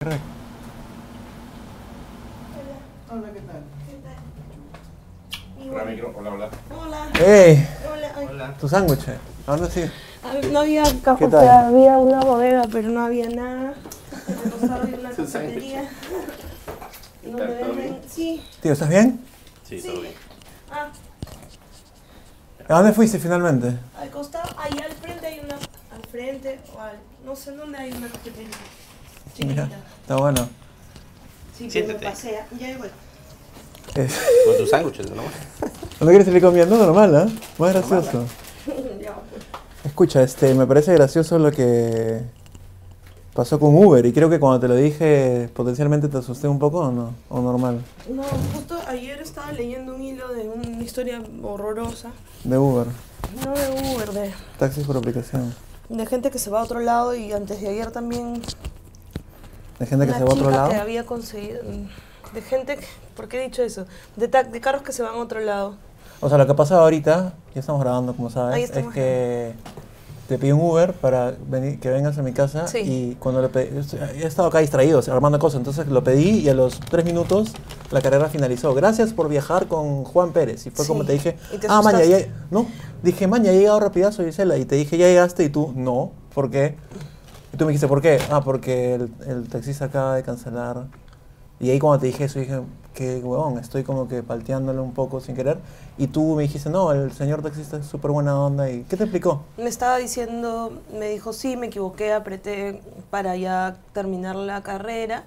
Correcto. Hola, ¿qué tal? ¿Qué tal? Hola, micro. Hola, hola. Hola. ¡Ey! Hola. ay. Hola. Tu sándwich. Ahora sí. Ah, No había café, ¿Qué tal? había una bodega, pero no había nada. Me tocó abrir la Su sándwich. cafetería. Y no ¿Qué tal, me todo venden- bien? Sí. Tío, ¿estás bien? Sí, Sí. todo bien. Ah, ¿A dónde fuiste finalmente? al costado, ahí al frente hay una. Al frente o al. No sé dónde hay una cafetería. Chiquita. Mira, está bueno. Sí, pero me Siéntate. pasea. Ya voy. Es- Con tus sándwiches, ¿no? ¿No te Eh, quieres salir comiendo? Normal, ¿eh? Más gracioso. ya pues. Escucha, este, me parece gracioso lo que pasó con Uber y creo que cuando te lo dije potencialmente te asusté un poco o no, o normal, No, justo ayer estaba leyendo un hilo de una historia horrorosa. de Uber, No de Uber, de taxis por aplicación, de gente que se va a otro lado y antes de ayer también de gente que una se va a otro chica lado. que había conseguido de gente que- ¿por qué he dicho eso? de, ta- de carros que se van a otro lado O sea, lo que ha pasado ahorita, ya estamos grabando como Ahí sabes, es estamos que te pido un Uber para venir, que vengas a mi casa Sí. y cuando le pedí, he estado acá distraído, o sea, armando cosas, entonces lo pedí y a los tres minutos la carrera finalizó. Gracias por viajar con Juan Pérez y fue como Sí. te dije, Y te ah, maña, asustaste. ya, no, dije, maña, he llegado rapidazo, Gisela, y te dije, ya llegaste y tú, no, ¿por qué? Y tú me dijiste, ¿por qué? Ah, porque el, el taxista acaba de cancelar. Y ahí cuando te dije eso, dije, qué huevón, estoy como que palteándole un poco sin querer. Y tú me dijiste, no, el señor taxista es súper buena onda. ¿Y qué te explicó? me estaba diciendo me dijo sí me equivoqué apreté para ya terminar la carrera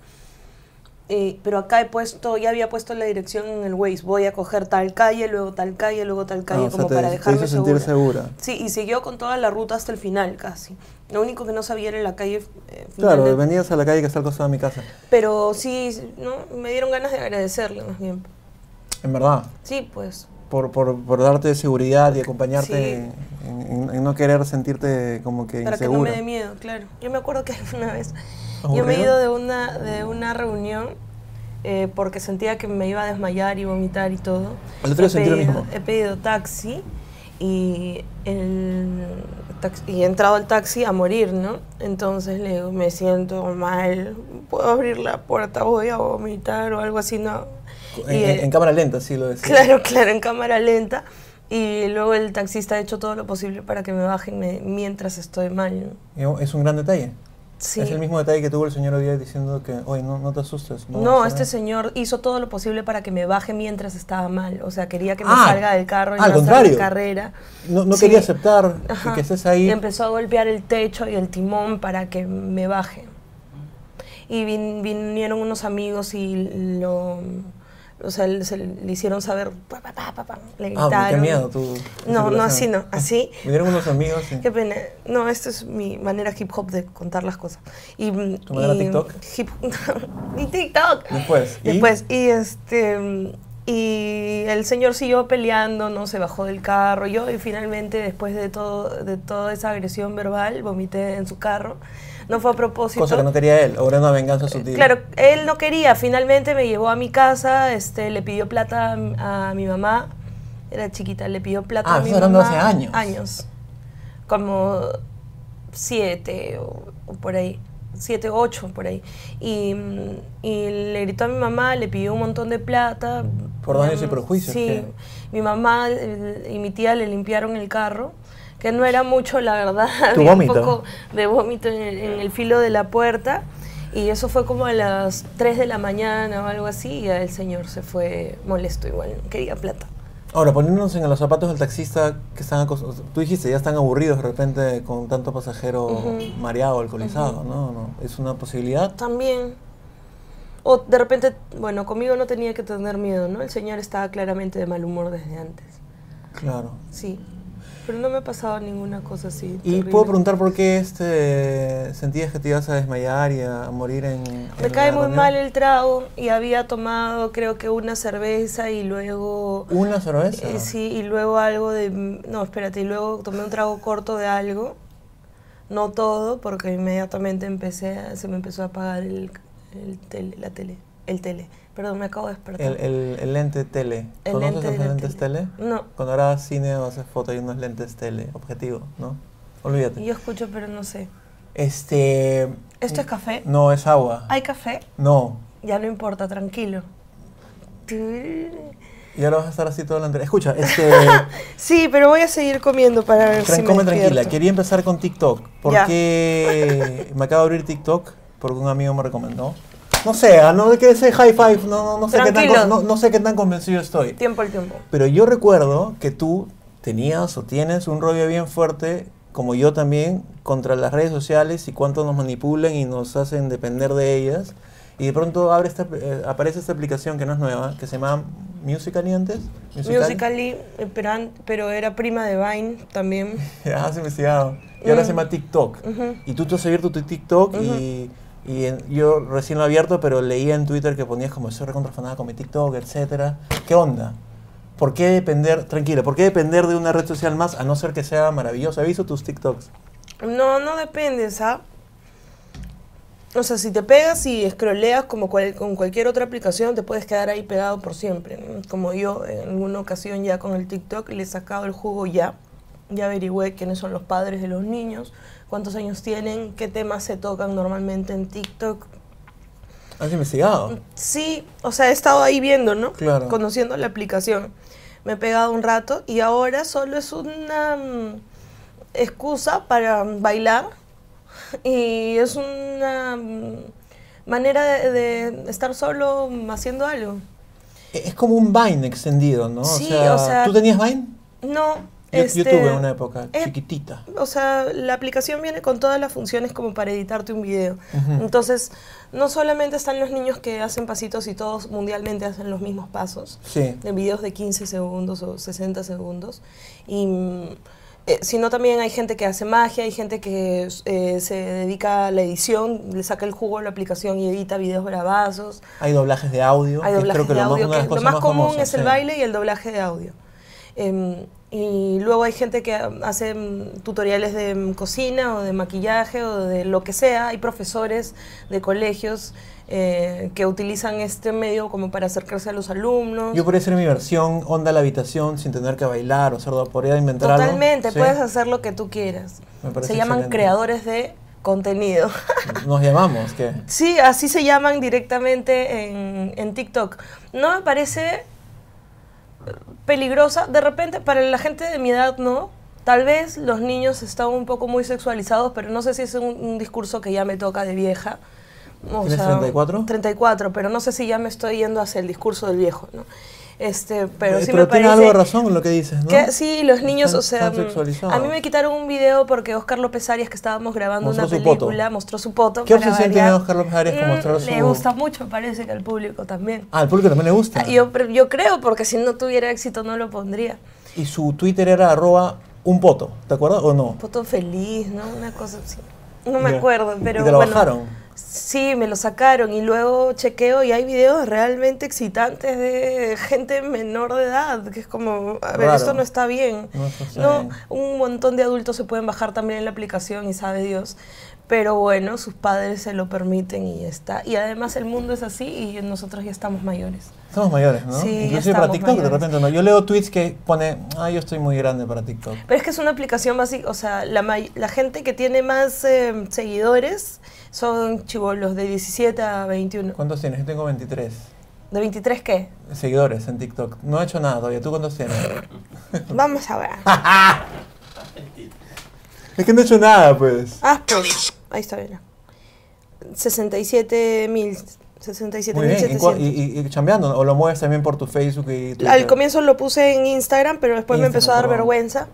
Eh, pero acá he puesto ya había puesto la dirección en el Waze voy a coger tal calle luego tal calle luego tal calle Ah, o sea, como te, para te dejarme hizo sentir segura. segura. Sí, y siguió con toda la ruta hasta el final casi. Lo único que no sabía era la calle. eh, final Claro, de- venías a la calle que está al costado de mi casa. Pero sí, ¿no? me dieron ganas de agradecerle más bien. En verdad, Sí, pues. por, por, por darte seguridad y acompañarte Sí. en, en- en no querer sentirte como que Para que no insegura. me dé miedo, claro. Yo me acuerdo que una vez yo me he ¿Aburrido? ido de una, de una reunión eh, porque sentía que me iba a desmayar y vomitar y todo. Al otro día He sentí lo pedido- mismo. He pedido taxi y, el tax- y he entrado al taxi a morir, ¿no? Entonces le digo, me siento mal, puedo abrir la puerta, voy a vomitar o algo así, ¿no? en, Y, en- eh, en cámara lenta, sí lo decía. Claro, claro, en cámara lenta. Y luego el taxista ha hecho todo lo posible para que me bajen me- mientras estoy mal. ¿no? Es un gran detalle. Sí. Es el mismo detalle que tuvo el señor hoy día diciendo que, oye, no, no te asustes. No, vas a este ver". señor hizo todo lo posible para que me baje mientras estaba mal. O sea, quería que me Ah, salga del carro y al lanzar la contrario. carrera. No, no Sí. quería aceptar Ajá. que estés ahí. Y empezó a golpear el techo y el timón para que me baje. Y vin- vinieron unos amigos y lo... O sea, le, se le hicieron saber... pa, pa, pa, pa, pa, le gritaron. Ah, qué miedo tú. Ah, esa No, no, relación. así no, así. Vinieron unos amigos. y- Qué pena. No, esta es mi manera hip hop de contar las cosas. Y, mm, ¿Tu manera y- TikTok? Hip Ni TikTok. Después, ¿y? Después. Y este. mm, Y el señor siguió peleando, no se bajó del carro. Yo, y finalmente, después de, todo, de toda esa agresión verbal, vomité en su carro. No fue a propósito. Cosa que no quería él, obrando a venganza sutil. Eh, Claro, él no quería. Finalmente me llevó a mi casa, este, le pidió plata a, a mi mamá. Era chiquita, le pidió plata Ah, a mi estás hablando mamá. de hace años. Años. Como siete o, o por ahí. Siete, ocho, por ahí. Y, mm, y le gritó a mi mamá, le pidió un montón de plata. Por daños y Mm, perjuicios, Sí. ¿qué? Mi mamá eh, y mi tía le limpiaron el carro, que no era mucho, la verdad. Tu Había vómito. Un poco de vómito en el, en el filo de la puerta. Y eso fue como a las 3 de la mañana o algo así. Y ya el señor se fue molesto igual, no quería plata. Ahora, poniéndonos en los zapatos del taxista que están acost- Tú dijiste, ya están aburridos de repente con tanto pasajero mareado, alcoholizado, ¿no? ¿no? Es una posibilidad. También. O de repente, bueno, conmigo no tenía que tener miedo, ¿no? El señor estaba claramente de mal humor desde antes. Claro. Sí. Pero no me ha pasado ninguna cosa así. Y terrible. puedo preguntar por qué este sentías que te ibas a desmayar y a morir en. Me en cae la muy reunión? mal el trago y había tomado creo que una cerveza y luego... Una cerveza. Eh, sí, y luego algo de... No, espérate, y luego tomé un trago corto de algo. No todo, porque inmediatamente empecé a- se me empezó a apagar el, el tele, la tele. El tele. Perdón, me acabo de despertar. El, el- el lente tele. El ¿Conoces lente de los la lentes tele. tele? No. Cuando grabas cine o haces foto hay unos lentes tele, objetivo, ¿no? Olvídate. Yo escucho, pero no sé. Este. ¿Esto es café? No, es agua. ¿Hay café? No. Ya no importa, tranquilo. Tu- Ya lo vas a estar así todo el anterior. Escucha, este. Sí, pero voy a seguir comiendo para ver si Tran- me come despierto. tranquila. Quería empezar con TikTok. Ya. Porque me acabo de abrir TikTok porque un amigo me recomendó. No sé, ah, no que ese high five, no, no, no sé qué tan, Tranquilo. con- no, no sé qué tan convencido estoy. Tiempo al tiempo. Pero yo recuerdo que tú tenías o tienes un rollo bien fuerte, como yo también, contra las redes sociales y cuánto nos manipulan y nos hacen depender de ellas. Y de pronto abre esta, eh, aparece esta aplicación que no es nueva, que se llama Musical.ly antes. Musical.ly, eh, pero, an- pero era prima de Vine también. Ya has investigado. Y ahora Mm. se llama TikTok. Ujú. Y tú te has abierto tu TikTok y, y en- yo recién lo he abierto, pero leía en Twitter que ponías como soy recontrafanada con mi TikTok, etcétera. ¿Qué onda? ¿Por qué depender, tranquila, por qué depender de una red social más a no ser que sea maravillosa? He visto tus TikToks. No, no depende, ¿sabes? O sea, si te pegas y scrolleas como cual- con cualquier otra aplicación, te puedes quedar ahí pegado por siempre. ¿no? Como yo en alguna ocasión ya con el TikTok le he sacado el jugo ya. Ya averigüé quiénes son los padres de los niños, cuántos años tienen, qué temas se tocan normalmente en TikTok. ¿Has Mm. investigado? Sí, o sea, he estado ahí viendo, ¿no? Claro. Conociendo la aplicación. Me he pegado un rato y ahora solo es una mm, excusa para bailar y es una mm, manera de, de estar solo mm, haciendo algo. E- Es como un Vine extendido, ¿no? Sí, o sea- ¿Tú tenías Vine? No, Yo, este, yo tuve una época eh, chiquitita. O sea, la aplicación viene con todas las funciones como para editarte un video. Ujú. Entonces, no solamente están los niños que hacen pasitos y todos mundialmente hacen los mismos pasos, Sí. de videos de 15 segundos o 60 segundos. Y, mm, eh, sino también hay gente que hace magia, hay gente que eh, se dedica a la edición, le saca el jugo a la aplicación y edita videos bravazos. Hay doblajes de audio. Hay que doblajes creo que de lo más- audio, una que de lo las cosas más común famosas, es el sí. baile y el doblaje de audio. Em, y luego hay gente que ah, hace mm, tutoriales de mm, cocina o de maquillaje o de lo que sea. Hay profesores de colegios eh, que utilizan este medio como para acercarse a los alumnos. Yo podría hacer mi versión onda a la habitación sin tener que bailar o cerdo, podría e inventar algo. Totalmente, Sí. puedes hacer lo que tú quieras. Me parece Se llaman excelente. creadores de contenido. Nos llamamos, ¿qué? Sí, así se llaman directamente en, en TikTok. No me parece eh, peligrosa. De repente, para la gente de mi edad, no. Tal vez los niños están un poco muy sexualizados, pero no sé si es un, un discurso que ya me toca de vieja. O ¿Tienes 34? 34, pero no sé si ya me estoy yendo hacia el discurso del viejo, ¿no? Este, pero Eh, sí me tiene parece... algo de razón en lo que dices, ¿no? Que- sí, los niños, Están- o sea, están mm, sexualizados. a mí me quitaron un video porque Oscar López Arias, que estábamos grabando Mostró una su poto. película, mostró su poto. ¿Qué para obsesión variar. tiene Oscar López Arias con Mm, mostrar Le su- gusta mucho, parece que al público también. Ah, al público también le gusta. Yo, pre- yo creo, porque si no tuviera éxito no lo pondría. Y su Twitter era arroba un poto, ¿te acuerdas o no? Poto feliz, ¿no? Una cosa así. No me Ya. acuerdo, Y pero te lo bueno, bajaron. Sí, me lo sacaron y luego chequeo y hay videos realmente excitantes de gente menor de edad, que es como, a ver, Raro. esto no está bien. No está bien. No, un montón de adultos se pueden bajar también en la aplicación y sabe Dios. Pero bueno, sus padres se lo permiten y ya está. Y además el mundo es así y nosotros ya estamos mayores. Somos mayores, ¿no? Sí, ya Inclusive para estamos TikTok de mayores. repente no. Yo leo tweets que pone, ah, yo estoy muy grande para TikTok. Pero es que es una aplicación básica, o sea, la, may- la gente que tiene más eh, seguidores son chivolos de 17 a 21. ¿Cuántos tienes? Yo tengo 23 ¿De 23 qué? seguidores en TikTok. No he hecho nada todavía. ¿Tú cuántos tienes? Vamos a ver. es que no he hecho nada, pues. Ah, pues, ahí está bien. 67 mil. 67 Muy mil bien, ¿y cua- y, y, y chambeando, ¿no? o lo mueves también por tu Facebook y Twitter. Al comienzo lo puse en Instagram, pero después me Instagram, empezó a dar perdón. vergüenza.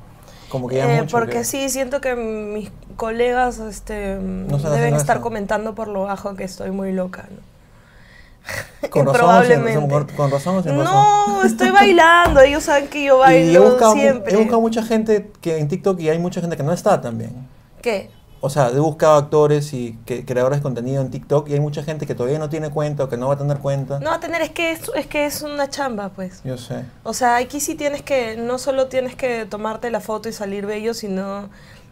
Como que ya es eh, mucho. porque que- sí, siento que mis colegas este, están deben haciendo estar eso. comentando por lo bajo que estoy muy loca. ¿no? Con razón, o sin- Probablemente. con- con razón o sin razón. No, estoy bailando. Ellos saben que yo Y he bailo buscado, mu- siempre. he buscado mucha gente que en TikTok y hay mucha gente que no está también. ¿Qué? O sea, he buscado actores y que- creadores de contenido en TikTok y hay mucha gente que todavía no tiene cuenta o que no va a tener cuenta. No, va a tener, es que es, es que es una chamba, pues. Yo sé. O sea, aquí sí tienes que, no solo tienes que tomarte la foto y salir bello, sino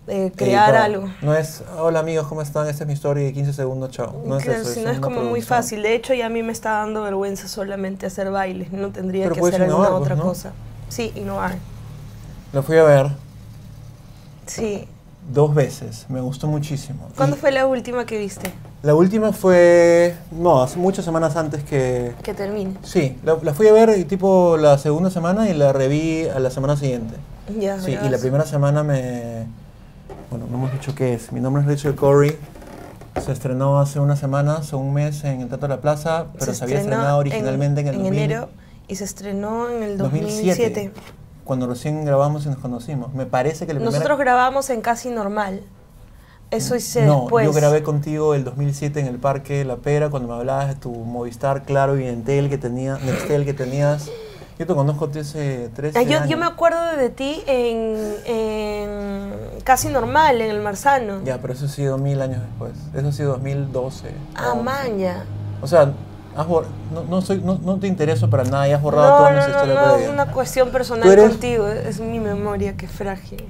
eh, crear Editar. algo. No es, hola amigos, ¿cómo están? Esta es mi historia de 15 segundos, chao. No es Que eso. si es no es una como muy producción. fácil. De hecho, ya a mí me está dando vergüenza solamente hacer bailes. No tendría Pero que puedes hacer alguna innovar, pues, otra ¿no? cosa. Sí, innovar. Lo fui a ver. Sí. dos veces. Me gustó muchísimo. ¿Cuándo Y fue la última que viste? La última fue. No, hace muchas semanas antes que. Que termine. Sí, la, la fui a ver eh, tipo la segunda semana y la reví a la semana siguiente. Ya, Sí, y la bravazo. primera semana me. Bueno, no hemos dicho qué es. Mi nombre es Richard Corey. Se estrenó hace unas semanas o un mes en el Teatro de la Plaza, pero se, había estrenó estrenado originalmente en, el 2000 enero y se estrenó en el 2007. Cuando recién grabamos y nos conocimos. Me parece que la primera. Mm. Nosotros grabamos en Casi Normal. Eso hice no, después. yo grabé contigo el 2007 en el Parque La Pera cuando me hablabas de tu Movistar Claro y Entel que tenía, Nextel que tenías. Yo te conozco desde hace 13 Ah, yo, años. yo me acuerdo de ti en, en Casi Normal, en el Marzano. Ya, pero eso ha sido mil años después. Eso ha sido 2012. ah, o- maña. O sea, has bor- no, no, soy, no, no te intereso para nada y has borrado no, toda no, nuestra no, historia no, previa. es una cuestión personal Tú eres- contigo. Es mi memoria que es frágil.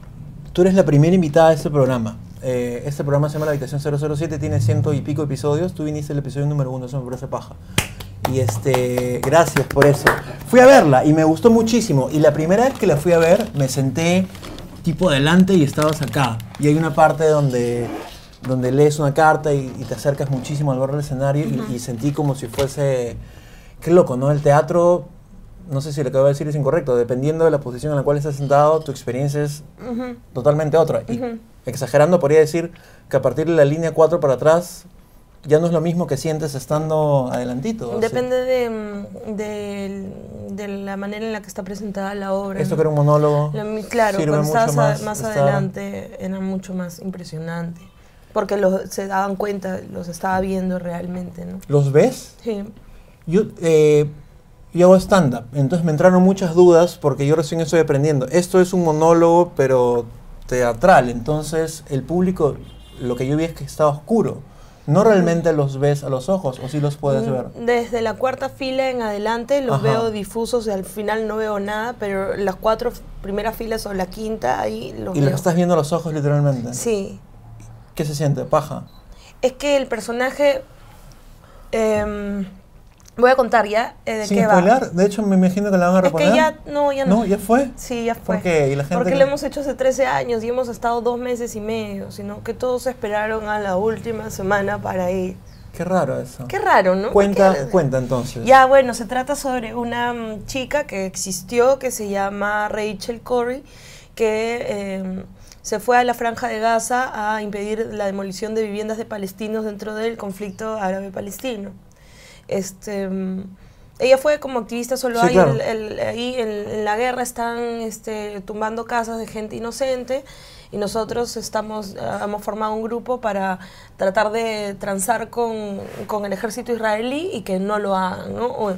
Tú eres la primera invitada de este programa. Eh, este programa se llama La Habitación 007, tiene ciento y pico episodios. Tú viniste el episodio número uno, eso me parece paja. Y este, gracias por eso. Fui a verla y me gustó muchísimo. Y la primera vez que la fui a ver, me senté tipo adelante y estabas acá. Y hay una parte donde, donde lees una carta y, y te acercas muchísimo al borde del escenario y- y, sentí como si fuese... Qué loco, ¿no? El teatro, no sé si lo que voy a decir es incorrecto, dependiendo de la posición en la cual estás sentado, tu experiencia es Ujú. totalmente otra. Y exagerando, podría decir que a partir de la línea 4 para atrás ya no es lo mismo que sientes estando adelantito. o sea, Depende de, mm, del- de la manera en la que está presentada la obra. Esto ¿no? que era un monólogo. Lo mi- claro, sirve cuando mucho estabas a- más, estar- adelante era mucho más impresionante. Porque los, se daban cuenta, los estaba viendo realmente, ¿no? ¿Los ves? Sí. Yo, eh, yo hago stand-up, entonces me entraron muchas dudas porque yo recién estoy aprendiendo. Esto es un monólogo, pero teatral, entonces el público, lo que yo vi es que estaba oscuro. No realmente los ves a los ojos, o si los puedes ver. Mm, Desde la cuarta fila en adelante los Ajá. veo difusos y al final no veo nada, pero las cuatro f- primeras filas o la quinta ahí los Y veo. los estás viendo a los ojos literalmente. Sí. ¿Qué se siente? Paja. Es que el personaje... em, voy a contar ya eh, de Sin qué spoiler, va. de hecho me imagino que la van a Es reponer. que ya, no, ya no. No, ya fue. Sí, ya fue. ¿Por qué? ¿Y la gente Porque no? lo hemos hecho hace 13 años y hemos estado dos meses y medio, sino que todos esperaron a la última semana para ir. Qué raro eso. Qué raro, ¿no? Cuenta, Porque- cuenta entonces. Ya, bueno, se trata sobre una mm, chica que existió, que se llama Rachel Corrie, que eh, se fue a la Franja de Gaza a impedir la demolición de viviendas de palestinos dentro del conflicto árabe-palestino. Este, mm, ella fue como activista solo Sí, ahí, claro. el- el- ahí en, en la guerra están este, tumbando casas de gente inocente y nosotros estamos, ah, hemos formado un grupo para tratar de transar con, con el ejército israelí y que no lo hagan, ¿no? O,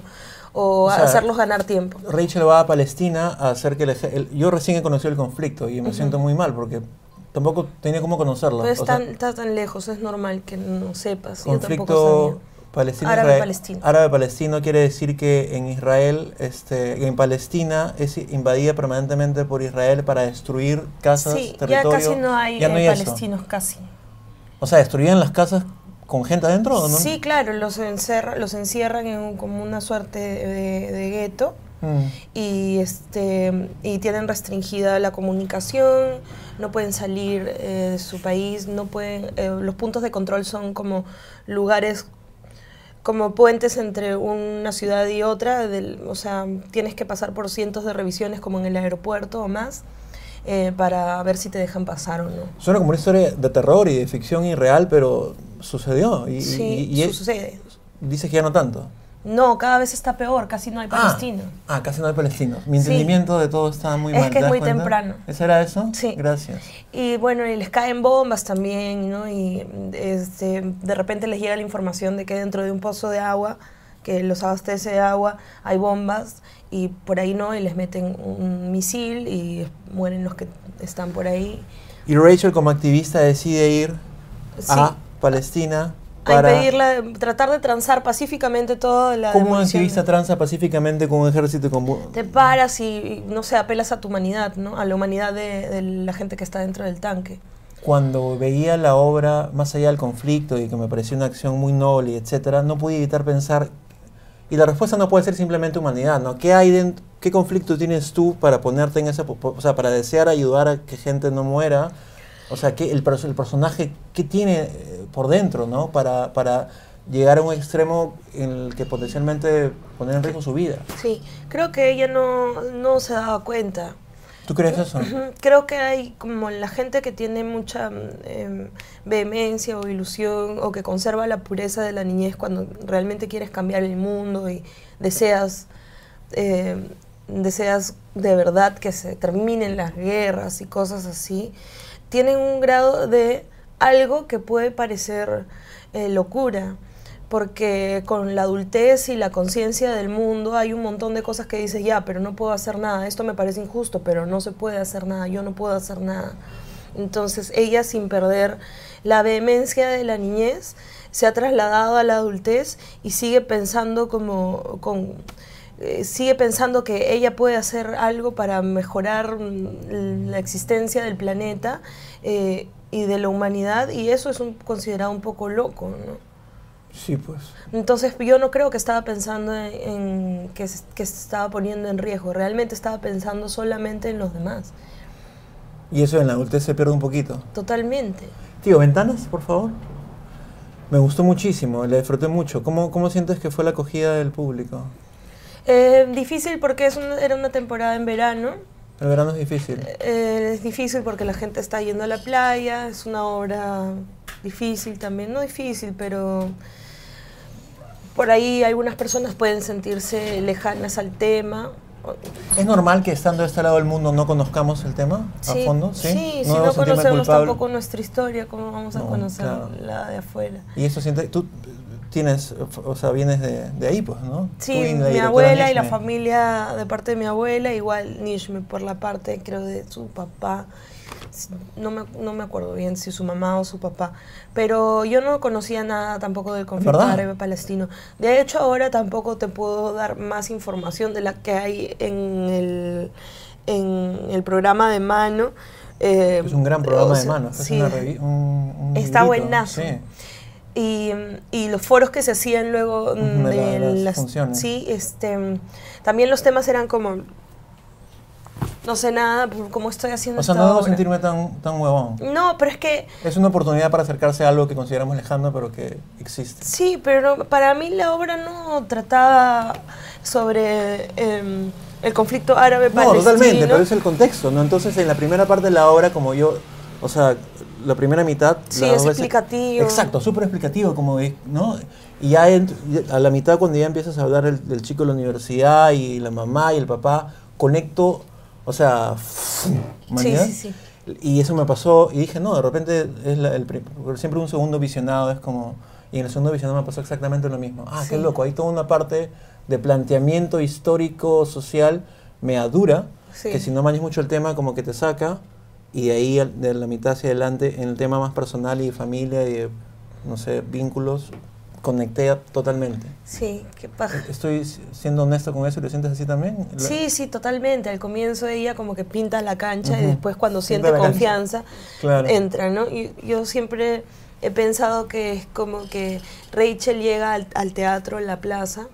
o O sea, hacerlos ganar tiempo. Rachel va a Palestina a hacer que el, ej- el- Yo recién he conocido el conflicto y me siento muy mal porque tampoco tenía cómo conocerlo. Pero es O sea, Pues tan, está tan lejos, es normal que no sepas. Yo tampoco conflicto sabía. palestino Árabe-palestino. Árabe-palestino quiere decir que en Israel, este, en Palestina, es invadida permanentemente por Israel para destruir casas, Sí, ya territorio. casi no hay, Ya no eh, hay eso. palestinos, casi. O sea, destruían las casas con gente adentro o no? Sí, claro, los, encerra, los encierran en un- como una suerte de, de gueto Mm. y, este, y tienen restringida la comunicación, no pueden salir eh, de su país, no pueden, eh, los puntos de control son como lugares como puentes entre una ciudad y otra, del- o sea, tienes que pasar por cientos de revisiones como en el aeropuerto o más eh, para ver si te dejan pasar o no. Suena como una historia de terror y de ficción irreal, pero sucedió. Y, Sí, y- y es- sucede. dices que ya no tanto. No, cada vez está peor, casi no hay palestinos. Ah, ah, casi no hay palestinos. Mi Sí. entendimiento de todo está muy Es que mal. ¿te es das muy cuenta? temprano. ¿Eso era eso? Sí. Gracias. Y bueno, y les caen bombas también, ¿no? Y este, de repente les llega la información de que dentro de un pozo de agua, que los abastece de agua, hay bombas y por ahí no, y les meten un misil y mueren los que están por ahí. Y Rachel como activista decide ir Sí. a Palestina A Ah, para... impedirla, tratar de transar pacíficamente toda la... ¿Cómo un demolición. activista transa pacíficamente con un ejército y con... bu- Te paras y, y, no sé, apelas a tu humanidad, ¿no? A la humanidad de, de la gente que está dentro del tanque. Cuando veía la obra más allá del conflicto y que me pareció una acción muy noble, etcétera, no pude evitar pensar y la respuesta no puede ser simplemente humanidad, ¿no? ¿Qué hay dent- qué conflicto tienes tú para ponerte en esa, po- po- o sea, para desear ayudar a que gente no muera O sea, que el, pers- el personaje, ¿qué tiene eh, por dentro, no? Para, para llegar a un extremo en el que potencialmente poner en riesgo su vida. Sí, creo que ella no, no se daba cuenta. ¿Tú crees eso? Ujú, Creo que hay como la gente que tiene mucha mm, em, vehemencia o ilusión o que conserva la pureza de la niñez cuando realmente quieres cambiar el mundo y deseas, eh, deseas de verdad que se terminen las guerras y cosas así, tienen un grado de algo que puede parecer eh, locura. Porque con la adultez y la conciencia del mundo hay un montón de cosas que dices, ya, pero no puedo hacer nada, esto me parece injusto, pero no se puede hacer nada, yo no puedo hacer nada. Entonces ella sin perder la vehemencia de la niñez se ha trasladado a la adultez y sigue pensando como con eh, sigue pensando que ella puede hacer algo para mejorar mm, la existencia del planeta eh, y de la humanidad y eso es un- considerado un poco loco, ¿no? Sí, pues. Entonces yo no creo que estaba pensando en, en que, se, que se estaba poniendo en riesgo, realmente estaba pensando solamente en los demás, Y eso en la adultez se pierde un poquito. totalmente. Tío, ventanas, por favor. Me gustó muchísimo, le disfruté mucho. ¿Cómo, cómo sientes que fue la acogida del público? Eh, difícil porque es una- era una temporada en verano, El verano es difícil. eh, es difícil porque la gente está yendo a la playa, es una obra difícil también, no difícil, pero por ahí algunas personas pueden sentirse lejanas al tema. o- ¿Es normal que estando de este lado del mundo no conozcamos el tema a fondo? Sí, si no debemos sentirme conocemos culpable. tampoco nuestra historia, ¿cómo vamos a No, conocer claro. la de afuera? Y eso siente, tú tienes, o sea, vienes de, de ahí, pues, ¿no? Tú y Sí, la mi directora abuela y la Nishme. familia de parte de mi abuela, igual Nishme por la parte, creo, de su papá. S- No me, no me acuerdo bien si su mamá o su papá. Pero yo no conocía nada tampoco del conflicto ¿Verdad? árabe-palestino. De hecho, ahora tampoco te puedo dar más información de la que hay en el, en el programa de mano. Eh, Es un gran programa o de sea, manos, es sí. una revi- un, un Está librito, buenazo. Sí. y, y los foros que se hacían luego mm, De la- de las las funciones. Sí, este, mm, también los temas eran como, no sé nada, pues, como estoy haciendo O sea, no esta debo obra? sentirme tan, tan huevón. No, pero es que Es una oportunidad para acercarse a algo que consideramos lejano, pero que existe. sí, pero no- para mí la obra no trataba sobre em, el conflicto árabe-palestino. No, totalmente, pero es el contexto, ¿no? Entonces, en la primera parte de la obra, como yo, o sea, la primera mitad... Sí, la es obra explicativo. Exacto, súper explicativo, como, es, ¿no? Y ya en- a la mitad, cuando ya empiezas a hablar el- del chico de la universidad y la mamá y el papá, conecto, o sea, mañana. sí, sí. Y eso me pasó y dije, no, de repente es la- el pri- siempre un segundo visionado es como... Y en el segundo visionado me pasó exactamente lo mismo. Ah, qué Sí. loco, hay toda una parte de planteamiento histórico, social, mea dura, Sí. que si no manejas mucho el tema como que te saca y de ahí al- de la mitad hacia adelante en el tema más personal y de familia y de, no sé, vínculos, conecté a- totalmente. Sí, qué paja. Estoy s- siendo honesto con eso y lo sientes así también. La- Sí, sí, totalmente. Al comienzo ella como que pinta la cancha y Ujú. después cuando Pinta siente la cancha. confianza Claro. entra, ¿no? Y yo siempre he pensado que es como que Rachel llega al, al teatro en la plaza,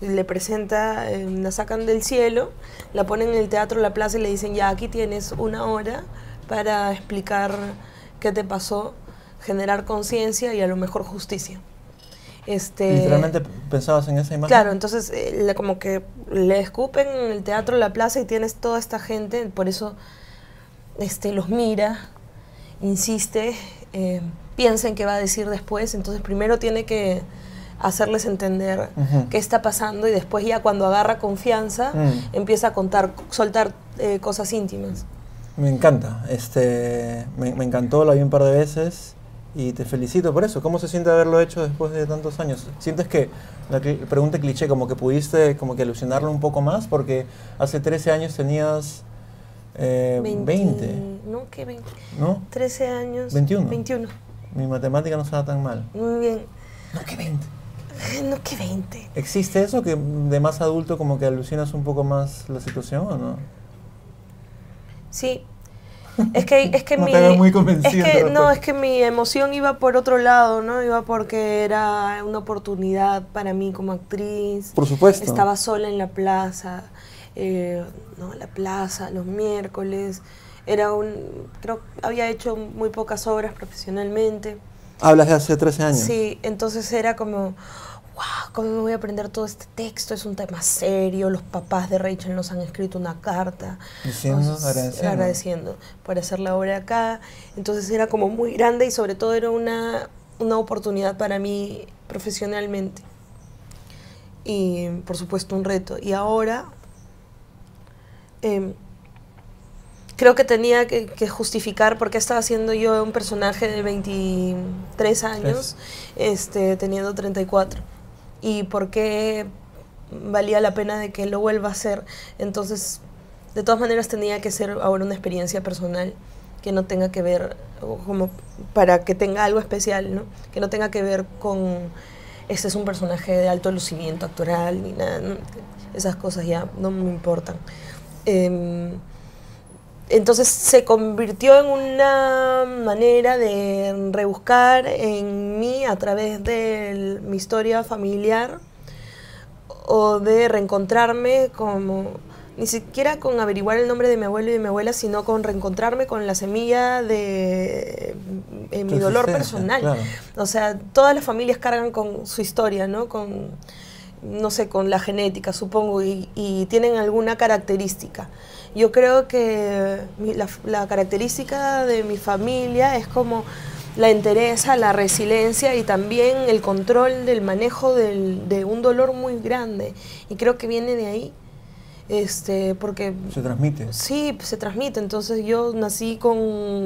y le presenta, eh, la sacan del cielo, la ponen en el teatro en la plaza y le dicen, ya aquí tienes una hora para explicar qué te pasó, generar conciencia y a lo mejor justicia. Este, Literalmente p- pensabas en esa imagen. Claro, entonces eh, le- como que le escupen en el teatro La Plaza y tienes toda esta gente, por eso este, los mira, insiste, eh, piensa en qué va a decir después, entonces primero tiene que hacerles entender Ujú. qué está pasando y después ya cuando agarra confianza Mm. empieza a contar, soltar eh, cosas íntimas. Me encanta, este, me, me encantó, la vi un par de veces y te felicito por eso. ¿Cómo se siente haberlo hecho después de tantos años? ¿Sientes que, la cli- pregunta cliché, como que pudiste como que alucinarlo un poco más? Porque hace 13 años tenías eh, 20, No, ¿qué 20? ¿no? 13 años. 21. 21. Mi matemática no estaba tan mal. Muy bien. No, que 20. No, que 20. ¿Existe eso que de más adulto como que alucinas un poco más la situación o no? Sí. Es que, es que No mi. te veo muy convencida pues. es que- al respecto. no, es que mi emoción iba por otro lado, ¿no? Iba porque era una oportunidad para mí como actriz. Por supuesto. Estaba sola en la plaza, eh, ¿no? La plaza, los miércoles. Era un, creo, había hecho muy pocas obras profesionalmente. Hablas de hace 13 años. Sí, entonces era como, wow, ¿cómo me voy a aprender todo este texto? Es un tema serio, los papás de Rachel nos han escrito una carta. Diciendo, nos- agradeciendo. agradeciendo por hacer la obra acá. Entonces era como muy grande y sobre todo era una, una oportunidad para mí profesionalmente. Y por supuesto un reto. Y ahora... em, creo que tenía que, que justificar por qué estaba siendo yo un personaje de 23 años, este, teniendo 34, y por qué valía la pena de que lo vuelva a hacer. Entonces, de todas maneras, tenía que ser ahora una experiencia personal que no tenga que ver, o como para que tenga algo especial, ¿no? que no tenga que ver con, este es un personaje de alto lucimiento actoral, ni nada, ¿no? esas cosas ya no me importan. Em, entonces se convirtió en una manera de rebuscar en mí a través de el- mi historia familiar o de reencontrarme como ni siquiera con averiguar el nombre de mi abuelo y de mi abuela, sino con reencontrarme con la semilla de eh, mi Tu dolor existencia, personal. claro. O sea, todas las familias cargan con su historia, ¿no? Con, no sé, con la genética, supongo, y, y tienen alguna característica. Yo creo que mi- la, la característica de mi familia es como la entereza, la resiliencia y también el control del manejo del- de un dolor muy grande. Y creo que viene de ahí, este, porque Se transmite. Sí, pues, se transmite. Entonces yo nací con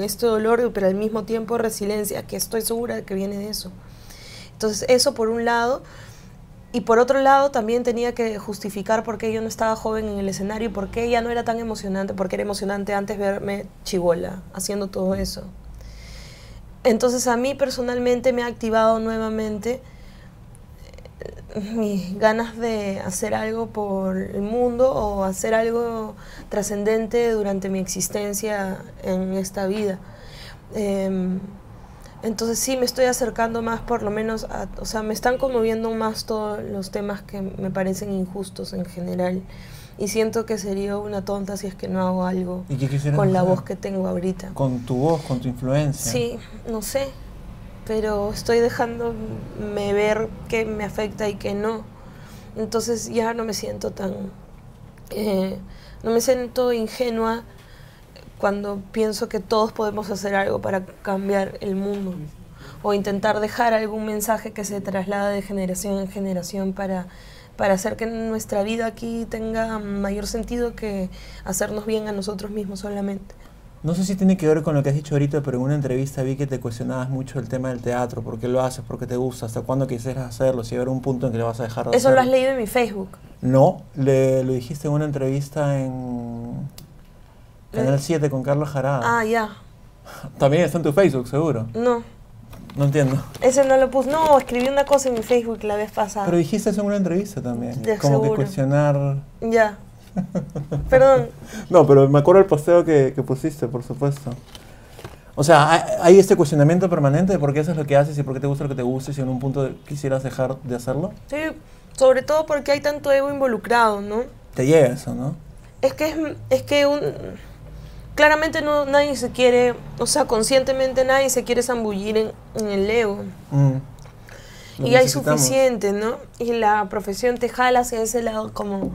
este dolor, pero al mismo tiempo resiliencia, que estoy segura de que viene de eso. Entonces eso por un lado. Y por otro lado también tenía que justificar por qué yo no estaba joven en el escenario y por qué ya no era tan emocionante, porque era emocionante antes verme chivola haciendo todo eso. Entonces a mí personalmente me ha activado nuevamente mis ganas de hacer algo por el mundo o hacer algo trascendente durante mi existencia en esta vida. Em, entonces sí, me estoy acercando más por lo menos, a- o sea, me están conmoviendo más todos los temas que me parecen injustos en general y siento que sería una tonta si es que no hago algo ¿Y qué quisieras con la hacer? voz que tengo ahorita. Con tu voz, con tu influencia. Sí, no sé, pero estoy dejándome ver qué me afecta y qué no. Entonces ya no me siento tan, eh, no me siento ingenua cuando pienso que todos podemos hacer algo para cambiar el mundo o intentar dejar algún mensaje que se traslada de generación en generación para, para hacer que nuestra vida aquí tenga mayor sentido que hacernos bien a nosotros mismos solamente. No sé si tiene que ver con lo que has dicho ahorita, pero en una entrevista vi que te cuestionabas mucho el tema del teatro. ¿Por qué lo haces? ¿Por qué te gusta? ¿Hasta cuándo quisieras hacerlo? Si habrá un punto en que lo vas a dejar de Eso lo hacer. has leído en mi Facebook. No, le, lo dijiste en una entrevista en Canal 7 con Carlos Jarada. Ah, ya. También está en tu Facebook, seguro. No. No entiendo. Ese no lo puse. No, escribí una cosa en mi Facebook la vez pasada. Pero dijiste eso en una entrevista también. Ah. De como que seguro. cuestionar... Ya. Perdón. No, pero me acuerdo el posteo que, que pusiste, por supuesto. O sea, hay, hay este cuestionamiento permanente de por qué haces lo que haces y por qué te gusta lo que te gusta y si en un punto quisieras dejar de hacerlo. Sí, sobre todo porque hay tanto ego involucrado, ¿no? Te llega eso, ¿no? Es que es, es que un claramente no nadie se quiere, o sea, conscientemente nadie se quiere zambullir en, en el ego. Mm. Lo Y hay necesitamos. suficiente, ¿no? Y la profesión te jala hacia ese lado como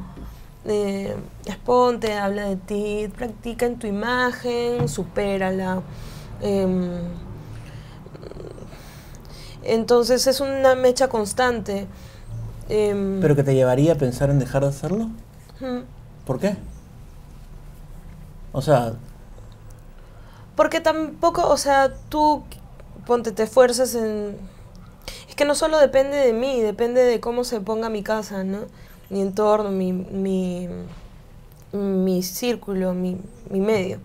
eh, exponte, habla de ti, practica en tu imagen, supérala. em, entonces es una mecha constante. em, Pero que te llevaría a pensar en dejar de hacerlo. ujú. ¿Por qué? O sea, Porque tampoco, o sea, tú ponte, te esfuerzas en... Es que no solo depende de mí, depende de cómo se ponga mi casa, ¿no? Mi entorno, mi, mi, mi círculo, mi, mi medio.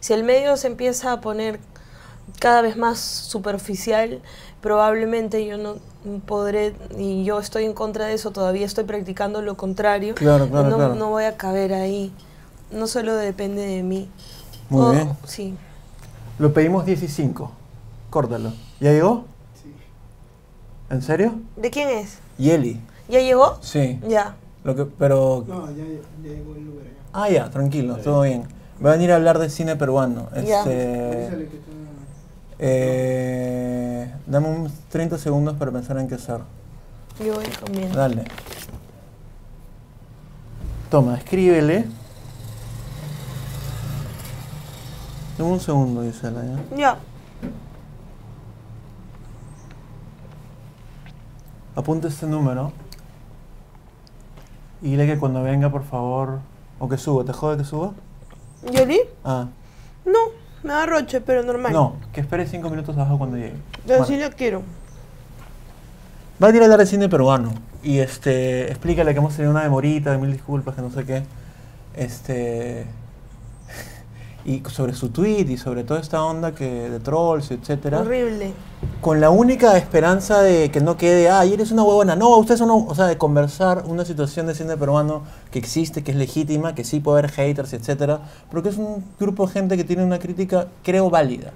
Si el medio se empieza a poner cada vez más superficial, probablemente yo no podré, y yo estoy en contra de eso, todavía estoy practicando lo contrario, Claro, claro, no, claro. no voy a caber ahí. No solo depende de mí. Muy O- bien. Sí. lo pedimos 15. Córtalo. ¿Ya llegó? Sí. ¿En serio? ¿De quién es? Yeli. ¿Ya llegó? Sí. Ya. Lo que, pero... No, ya, ya llegó el lugar. ya. Ah, ya, tranquilo, todo bien. va a venir a hablar de cine peruano. Ya. Este, eh, dame unos 30 segundos para pensar en qué hacer. Yo voy comiendo. Dale. Toma, escríbele. Dame un segundo, ¿eh? Gisela, ¿ya? Ya. Apunte este número. Y dile que cuando venga, por favor. O que suba, ¿te jode que suba? ¿Yoli? Ah, No, me da roche, pero normal. no, que espere cinco minutos abajo cuando llegue. Yo Bueno. sí lo quiero. Va a ir a hablar de cine peruano. Y este, explícale que hemos tenido una demorita de mil disculpas, que no sé qué. Este. Y sobre su tweet y sobre toda esta onda que de trolls, etcétera. Horrible. Con la única esperanza de que no quede, ah, eres una huevona. No, ustedes son una- O sea, de conversar una situación de cine peruano que existe, que es legítima, que sí puede haber haters, etcétera. Pero que es un grupo de gente que tiene una crítica, creo, válida.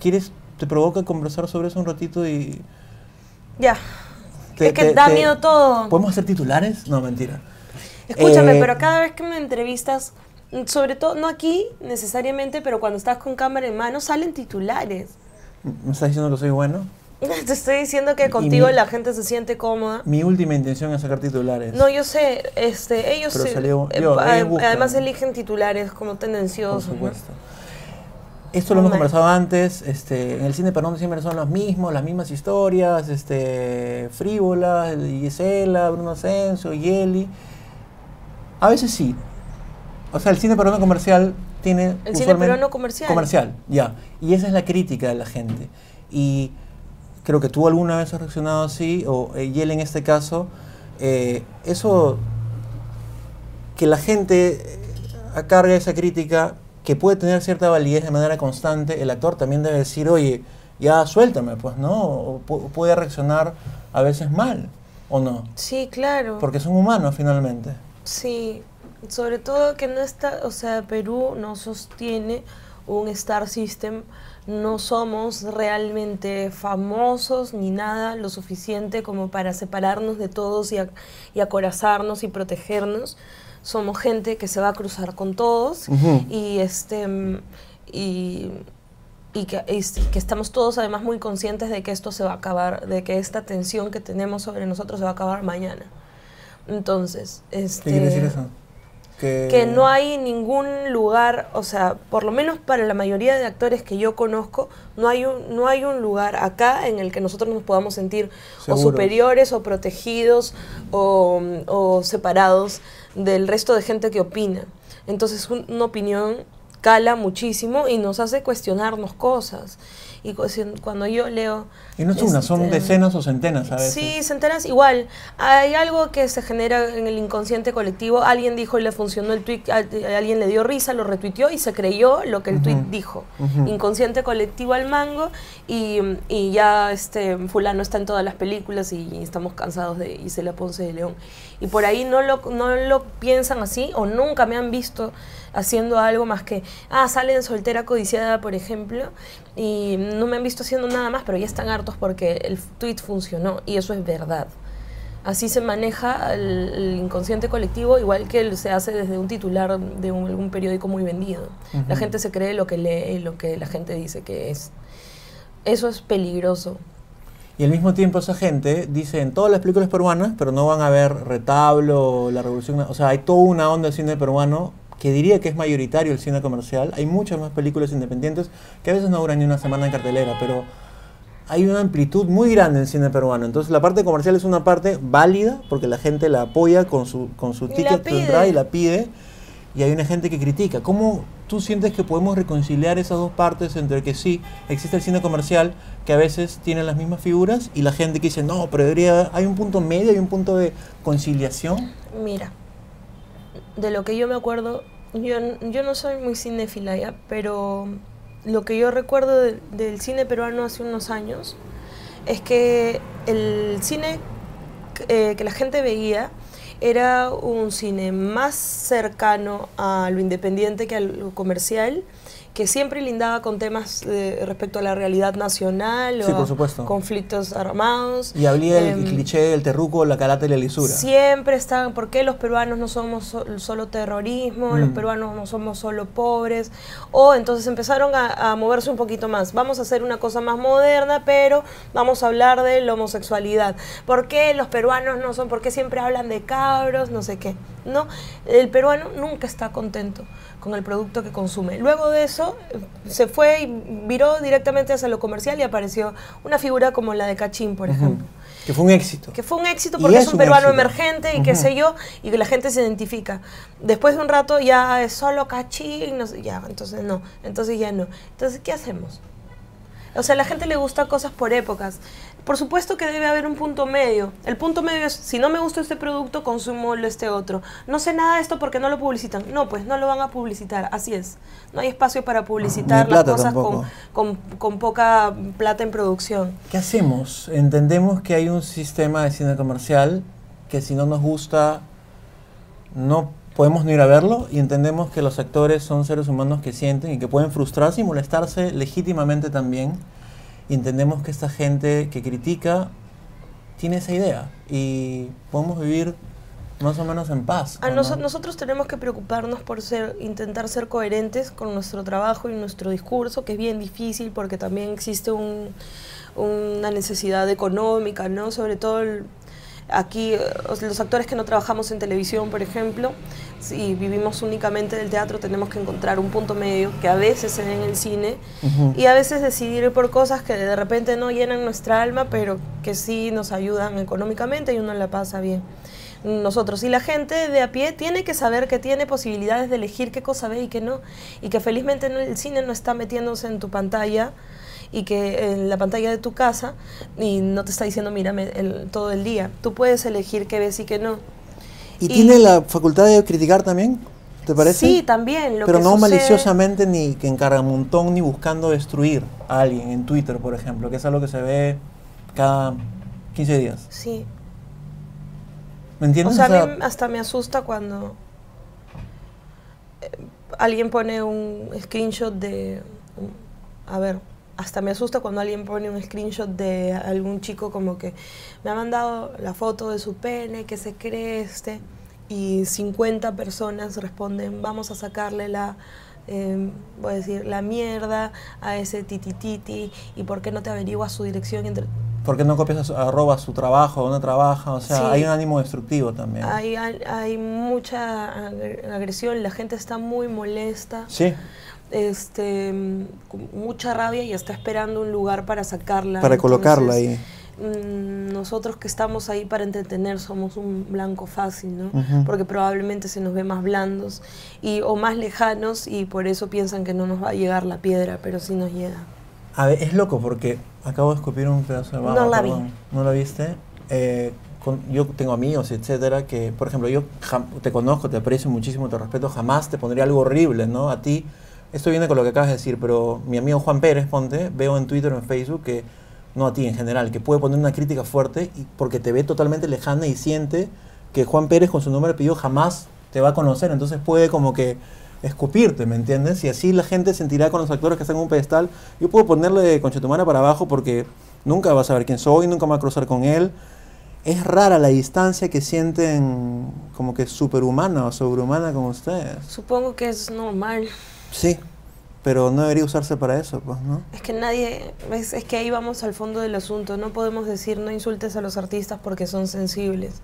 ¿Quieres, te provoca conversar sobre eso un ratito y. Ya. te- es que te- da te- miedo todo. ¿Podemos hacer titulares? No, mentira. Escúchame, Eh, pero cada vez que me entrevistas, mm, sobre todo, no aquí necesariamente, pero cuando estás con cámara en mano, salen titulares. ¿Me estás diciendo que soy bueno? Te estoy diciendo Y que contigo mi- la gente se siente cómoda. Mi última intención es sacar titulares. No, yo sé, este, ellos Pero se- salió- eh, yo, a- ellos buscan. además eligen titulares como por tendenciosos. ¿no? supuesto. Esto lo hemos Hombre. conversado antes. Este, en el cine peruano siempre son los mismos, las mismas historias. Este, Frívola, Gisela, Bruno Ascenso, Yeli. A veces sí. O sea, el cine peruano comercial tiene. El cine usualmente- peruano comercial. Comercial, ya. Y esa es la crítica de la gente. Y creo que tú alguna vez has reaccionado así, o eh, Yeli en este caso. eh, eso que la gente eh, carga esa crítica que puede tener cierta validez de manera constante, el actor también debe decir, oye, ya suéltame, pues, ¿no? O pu- puede reaccionar a veces mal, ¿o no? Sí, claro. Porque son humanos finalmente. Sí, sobre todo que no está, o sea, Perú no sostiene un star system, no somos realmente famosos ni nada lo suficiente como para separarnos de todos y, ac- y acorazarnos y protegernos. Somos gente que se va a cruzar con todos Ujú. y este mm, y, y que, es- que estamos todos además muy conscientes de que esto se va a acabar, de que esta tensión que tenemos sobre nosotros se va a acabar mañana. Entonces, este, ¿Qué quiere decir eso? Que, que no hay ningún lugar, o sea, por lo menos para la mayoría de actores que yo conozco, no hay un, no hay un lugar acá en el que nosotros nos podamos sentir Seguros. o superiores o protegidos o, o separados del resto de gente que opina. Entonces un- una opinión cala muchísimo y nos hace cuestionarnos cosas. Y cu- si- cuando yo leo... Y no es una, son este, decenas o centenas a veces. Sí, centenas igual. Hay algo que se genera en el inconsciente colectivo. Alguien dijo y le funcionó el tweet, alguien le dio risa, lo retuiteó y se creyó lo que el tweet Ujú. dijo. Ujú. Inconsciente colectivo al mango y, y ya este fulano está en todas las películas y, estamos cansados de Isela Ponce de León. Y por ahí no lo, no lo piensan así o nunca me han visto haciendo algo más que, ah, salen soltera codiciada, por ejemplo, y no me han visto haciendo nada más, pero ya están hartos porque el tweet funcionó y eso es verdad. Así se maneja el, el inconsciente colectivo, igual que el- se hace desde un titular de un- algún periódico muy vendido. La Ujú. gente se cree lo que lee y lo que la gente dice que es. Eso es peligroso. Y al mismo tiempo esa gente dice en todas las películas peruanas, pero no van a ver Retablo, o La Revolución, o sea, hay toda una onda de cine peruano que diría que es mayoritario el cine comercial. Hay muchas más películas independientes que a veces no duran ni una semana en cartelera, pero hay una amplitud muy grande en cine peruano. Entonces la parte comercial es una parte válida porque la gente la apoya con su, con su Y la ticket de pide. entrada y la pide. Y hay una gente que critica. ¿Cómo tú sientes que podemos reconciliar esas dos partes entre que sí, existe el cine comercial que a veces tiene las mismas figuras y la gente que dice, no, pero debería, hay un punto medio, hay un punto de conciliación? Mira, de lo que yo me acuerdo, yo, n- yo no soy muy cinéfila ya, pero lo que yo recuerdo de- del cine peruano hace unos años es que el cine eh, que la gente veía era un cine más cercano a lo independiente que a lo comercial que siempre lindaba con temas de- respecto a la realidad nacional Sí, o por a supuesto. conflictos armados. Y hablé el Em, cliché del terruco, la calata y la lisura. Siempre están, ¿por qué los peruanos no somos so- solo terrorismo? Los Mm. peruanos no somos solo pobres. O entonces empezaron a, a moverse un poquito más. Vamos a hacer una cosa más moderna, pero vamos a hablar de la homosexualidad. ¿Por qué los peruanos no son? ¿Por qué siempre hablan de cabros? No sé qué. No, el peruano nunca está contento con el producto que consume. Luego de eso eh, se fue y viró directamente hacia lo comercial y apareció una figura como la de Cachín, por Ujú. ejemplo Que fue un éxito. que fue un éxito Y porque es, es un un peruano éxito. emergente y qué Ujú. sé yo, y que la gente se identifica. Después de un rato ya es solo cachín, no sé, ya, entonces no, entonces ya no. Entonces, ¿qué hacemos? O sea, a la gente le gusta cosas por épocas. Por supuesto que debe haber un punto medio. El punto medio es, si no me gusta este producto, consumo lo este otro. No sé nada de esto porque no lo publicitan. No, pues no lo van a publicitar, así es. No hay espacio para publicitar las plata cosas con, tampoco. con, con poca plata en producción. ¿Qué hacemos? Entendemos que hay un sistema de cine comercial que si no nos gusta no podemos no ir a verlo y entendemos que los actores son seres humanos que sienten y que pueden frustrarse y molestarse legítimamente también. Y entendemos que esta gente que critica tiene esa idea y podemos vivir más o menos en paz. A ¿o no? Ah, noso- nosotros tenemos que preocuparnos por ser, intentar ser coherentes con nuestro trabajo y nuestro discurso, que es bien difícil porque también existe un- una necesidad económica, ¿no? Sobre todo el- aquí eh, os- los actores que no trabajamos en televisión, por ejemplo, si vivimos únicamente del teatro, tenemos que encontrar un punto medio que a veces se ve en el cine Ujú. y a veces decidir por cosas que de repente no llenan nuestra alma, pero que sí nos ayudan económicamente y uno la pasa bien. Nosotros y la gente de a pie tiene que saber que tiene posibilidades de elegir qué cosa ve y qué no, y que felizmente no- el cine no está metiéndose en tu pantalla y que en la pantalla de tu casa y no te está diciendo mírame el- todo el día. Tú puedes elegir qué ves y qué no. ¿Y, y- tiene la facultad de criticar también? ¿Te parece? Sí, también. Lo Pero que no sucede- maliciosamente ni que encarga montón ni buscando destruir a alguien en Twitter, por ejemplo, que es algo que se ve cada 15 días. Sí, ¿Me entiendes? O sea, O sea, a mí hasta me asusta cuando eh, alguien pone un screenshot de... A ver, hasta me asusta cuando alguien pone un screenshot de algún chico como que me ha mandado la foto de su pene, que se cree este, y 50 personas responden, vamos a sacarle la... eh, voy a decir, la mierda a ese titititi y por qué no te averiguas su dirección entre... ¿por qué no copias a su, arroba su trabajo, dónde trabaja? O sea, Sí. hay un ánimo destructivo también. Hay, hay, hay mucha agre- agresión, la gente está muy molesta, Sí, este, mm, con mucha rabia y está esperando un lugar para sacarla. para Entonces, colocarla ahí. mm, Nosotros que estamos ahí para entretener somos un blanco fácil, ¿no? Ujú. Porque probablemente se nos ve más blandos y, o más lejanos y por eso piensan que no nos va a llegar la piedra, pero sí nos llega. A ver, es loco porque acabo de escupir un pedazo de baba. No la vi. perdón. ¿No la viste? Eh, con- yo tengo amigos, etcétera, que, por ejemplo, yo jam- te conozco, te aprecio muchísimo, te respeto, jamás te pondría algo horrible, ¿no? A ti, esto viene con lo que acabas de decir, pero mi amigo Juan Pérez, ponte, veo en Twitter o en Facebook que, no a ti en general, que puede poner una crítica fuerte y porque te ve totalmente lejana y siente que Juan Pérez con su nombre y apellido jamás te va a conocer, entonces puede como que escupirte, ¿me entiendes? Y así la gente sentirá con los actores que están en un pedestal. Yo puedo ponerle Conchetumana para abajo porque nunca va a saber quién soy, nunca me va a cruzar con él. Es rara la distancia que sienten como que superhumana o sobrehumana con ustedes. Supongo que es normal. Sí, pero no debería usarse para eso, pues, ¿no? Es que nadie, es, es que ahí vamos al fondo del asunto. No podemos decir no insultes a los artistas porque son sensibles.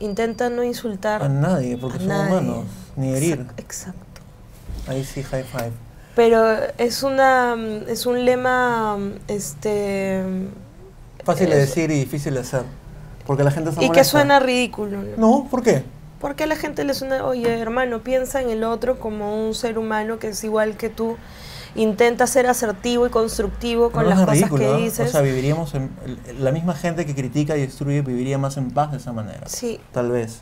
Intenta no insultar A nadie, porque a son nadie. humanos, ni herir. Exac- Exacto. Ahí sí, high five. Pero es una, mm, es un lema, mm, este, Fácil de Eso. decir y difícil de hacer, porque la gente se y que molesta. suena ridículo. ¿no? No, ¿por qué? Porque a la gente le suena, oye, hermano, piensa en el otro como un ser humano que es igual que tú. Intenta ser asertivo y constructivo con No, las es cosas ridículo, que ¿no? dices. O sea, viviríamos en, la misma gente que critica y destruye viviría más en paz de esa manera. sí, tal vez.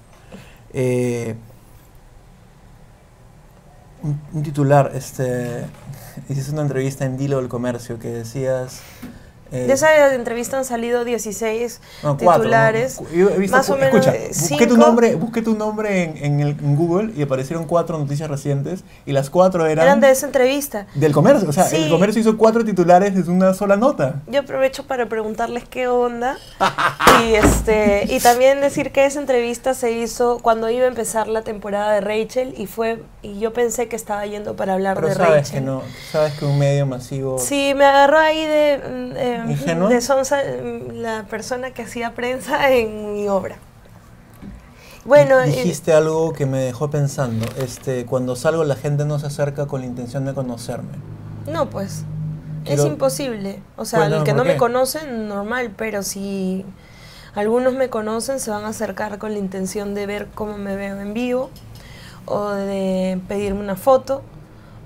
Eh, un, un titular, este, hiciste una entrevista en Dilo del Comercio que decías Eh, De esa entrevista han salido 16 no, cuatro, titulares. ¿no? Yo he visto más cu- o menos escucha, eh, busqué tu cinco nombre, busqué tu nombre en, en el, en Google y aparecieron cuatro noticias recientes y las cuatro eran, eran de esa entrevista. del comercio. O sea, Sí. el comercio hizo cuatro titulares desde una sola nota. Yo aprovecho para preguntarles qué onda y este y también decir que esa entrevista se hizo cuando iba a empezar la temporada de Rachel y fue y yo pensé que estaba yendo para hablar Pero de sabes Rachel. que no, sabes que un medio masivo. Sí, me agarró ahí de mm, eh, ¿Ingenua? de sonsa mm, la persona que hacía prensa en mi obra. Bueno, eh, dijiste algo que me dejó pensando. Este, cuando salgo la gente no se acerca con la intención de conocerme. no pues es Quiero- imposible. O sea, Cuéntame el que por no qué. me conocen normal, pero si algunos me conocen se van a acercar con la intención de ver cómo me veo en vivo o de pedirme una foto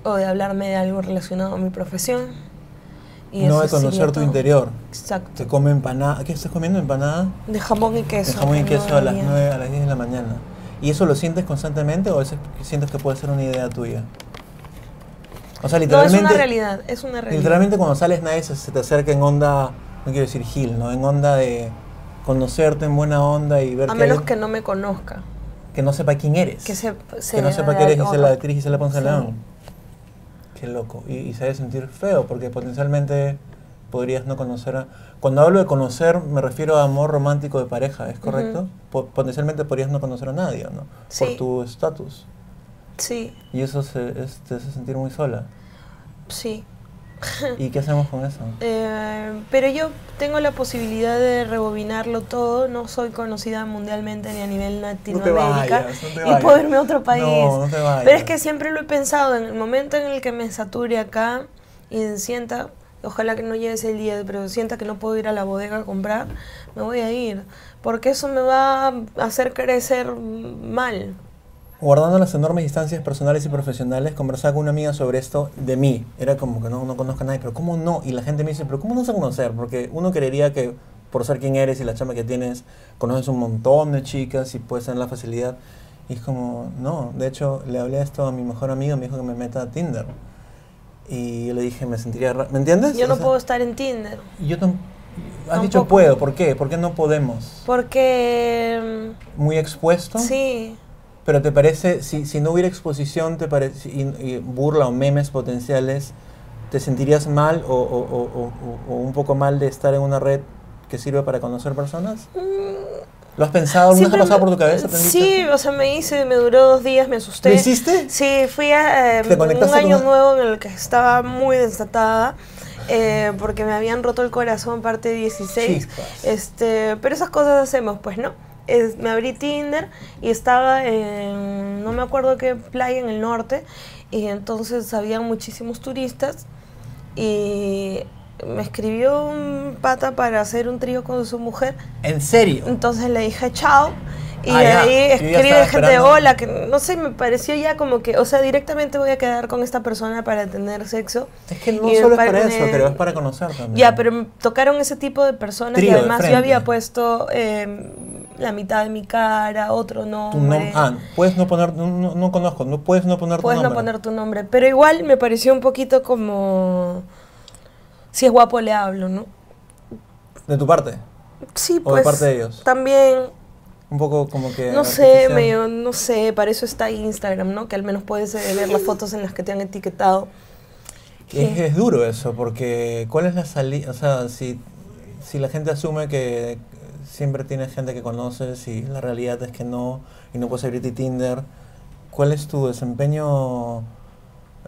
o de hablarme de algo relacionado a mi profesión. Y no de eso sería conocer tu todo. interior. Exacto. Te come empanada. ¿Qué estás comiendo empanada? De jamón y queso. De jamón y no queso a las debería. 9, a las 10 de la mañana. ¿Y eso lo sientes constantemente o a veces sientes que puede ser una idea tuya? O sea, No, es literalmente, una realidad, es una realidad. literalmente cuando sales nadie se, se te acerca en onda, no quiero decir Gil, ¿no? En onda de conocerte en buena onda y ver A que, menos alguien que no me conozca. que no sepa quién eres. Que, se, que no sepa que eres Gisela, la actriz Gisela Ponce Sí. León. Qué loco. Y, y se debe sentir feo porque potencialmente podrías no conocer a... Cuando hablo de conocer me refiero a amor romántico de pareja, ¿es correcto? Po- potencialmente podrías no conocer a nadie, ¿no? Por Sí. tu estatus. Sí, Y eso se, es- te hace sentir muy sola. sí. ¿Y qué hacemos con eso? Eh, pero yo tengo la posibilidad de rebobinarlo todo. No soy conocida mundialmente ni a nivel Latinoamérica. vayas, no te y vayas. puedo irme a otro país. No, no te vayas. Pero es que siempre lo he pensado. En el momento en el que me sature acá y sienta, ojalá que no llegue ese día, pero sienta que no puedo ir a la bodega a comprar, me voy a ir. Porque eso me va a hacer crecer mal. Guardando las enormes distancias personales y profesionales, conversaba con una amiga sobre esto de mí. Era como que no, no conozco a nadie, pero ¿cómo no? Y la gente me dice, pero ¿cómo no se conocer? Porque uno creería que por ser quien eres y la chama que tienes, conoces un montón de chicas y puedes tener la facilidad. Y es como, no. De hecho, le hablé esto a mi mejor amigo, me dijo que me meta a Tinder. Y yo le dije, me sentiría... ra- ¿Me entiendes? Yo Pues, O no sea, puedo estar en Tinder. Yo tam- Has dicho Tampoco. puedo, ¿por qué? ¿Por qué no podemos? Porque. ¿Muy mm, expuesto? Sí. Pero te parece, si, si no hubiera exposición, te parece, y, y burla o memes potenciales, ¿te sentirías mal o, o- o- o- o- o un poco mal de estar en una red que sirve para conocer personas? ¿Lo has pensado? ¿Alguna vez ha Mm. Siempre pasado me- por tu cabeza? ¿Te han dicho? Sí, o sea, me hice, me duró dos días, me asusté. ¿Lo hiciste? Sí, fui a eh, ¿Te un conectaste año con- nuevo en el que estaba muy desatada. eh, porque me habían roto el corazón parte 16 Chispas. este pero esas cosas hacemos pues no Es- me abrí Tinder y estaba en no me acuerdo qué playa en el norte y entonces había muchísimos turistas y me escribió un pata para hacer un trío con su mujer ¿En serio? entonces le dije chao. Y Ah, ya. ahí Yo ya escribe estaba gente esperando. hola, que no sé, me pareció ya como que, o sea, directamente voy a quedar con esta persona para tener sexo. Es que no Y solo es para- para eso, eh, creo, es para conocer también. Ya, pero me tocaron ese tipo de personas Trío y de además yo frente. había puesto eh, la mitad de mi cara, otro Tu nom- nombre. ah, puedes no poner, no, no- no conozco, no puedes no poner tu puedes no nombre. poner tu nombre. Pero igual me pareció un poquito como, si es guapo le hablo, ¿no? De tu parte, Sí, O pues. de parte de ellos. También, un poco como que... No sé, artificial. medio, no sé, para eso está Instagram, ¿no? Que al menos puedes eh, ver las fotos en las que te han etiquetado. Es, es duro eso, porque ¿cuál es la salida? O sea, si, si la gente asume que siempre tienes gente que conoces y la realidad es que no, y no puedes abrirte Tinder, ¿cuál es tu desempeño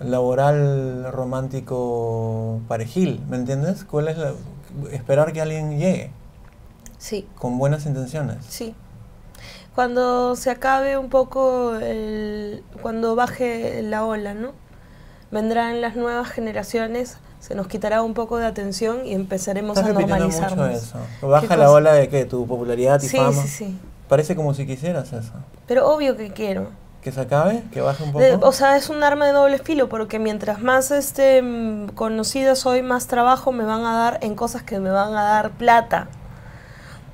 laboral, romántico, parejil? ¿Me entiendes? ¿Cuál es la, esperar que alguien llegue Sí, con buenas intenciones? sí. Cuando se acabe un poco el... cuando baje la ola, ¿no? Vendrán las nuevas generaciones, se nos quitará un poco de atención y empezaremos Estás a repitiendo normalizarnos. mucho eso. Baja ¿Qué la cosa? ola de que tu popularidad y Sí, fama. sí, sí. Parece como si quisieras eso. Pero obvio que quiero. Que se acabe, que baje un poco. De- o sea, es un arma de doble filo porque mientras más este mm, conocida soy, más trabajo me van a dar en cosas que me van a dar plata.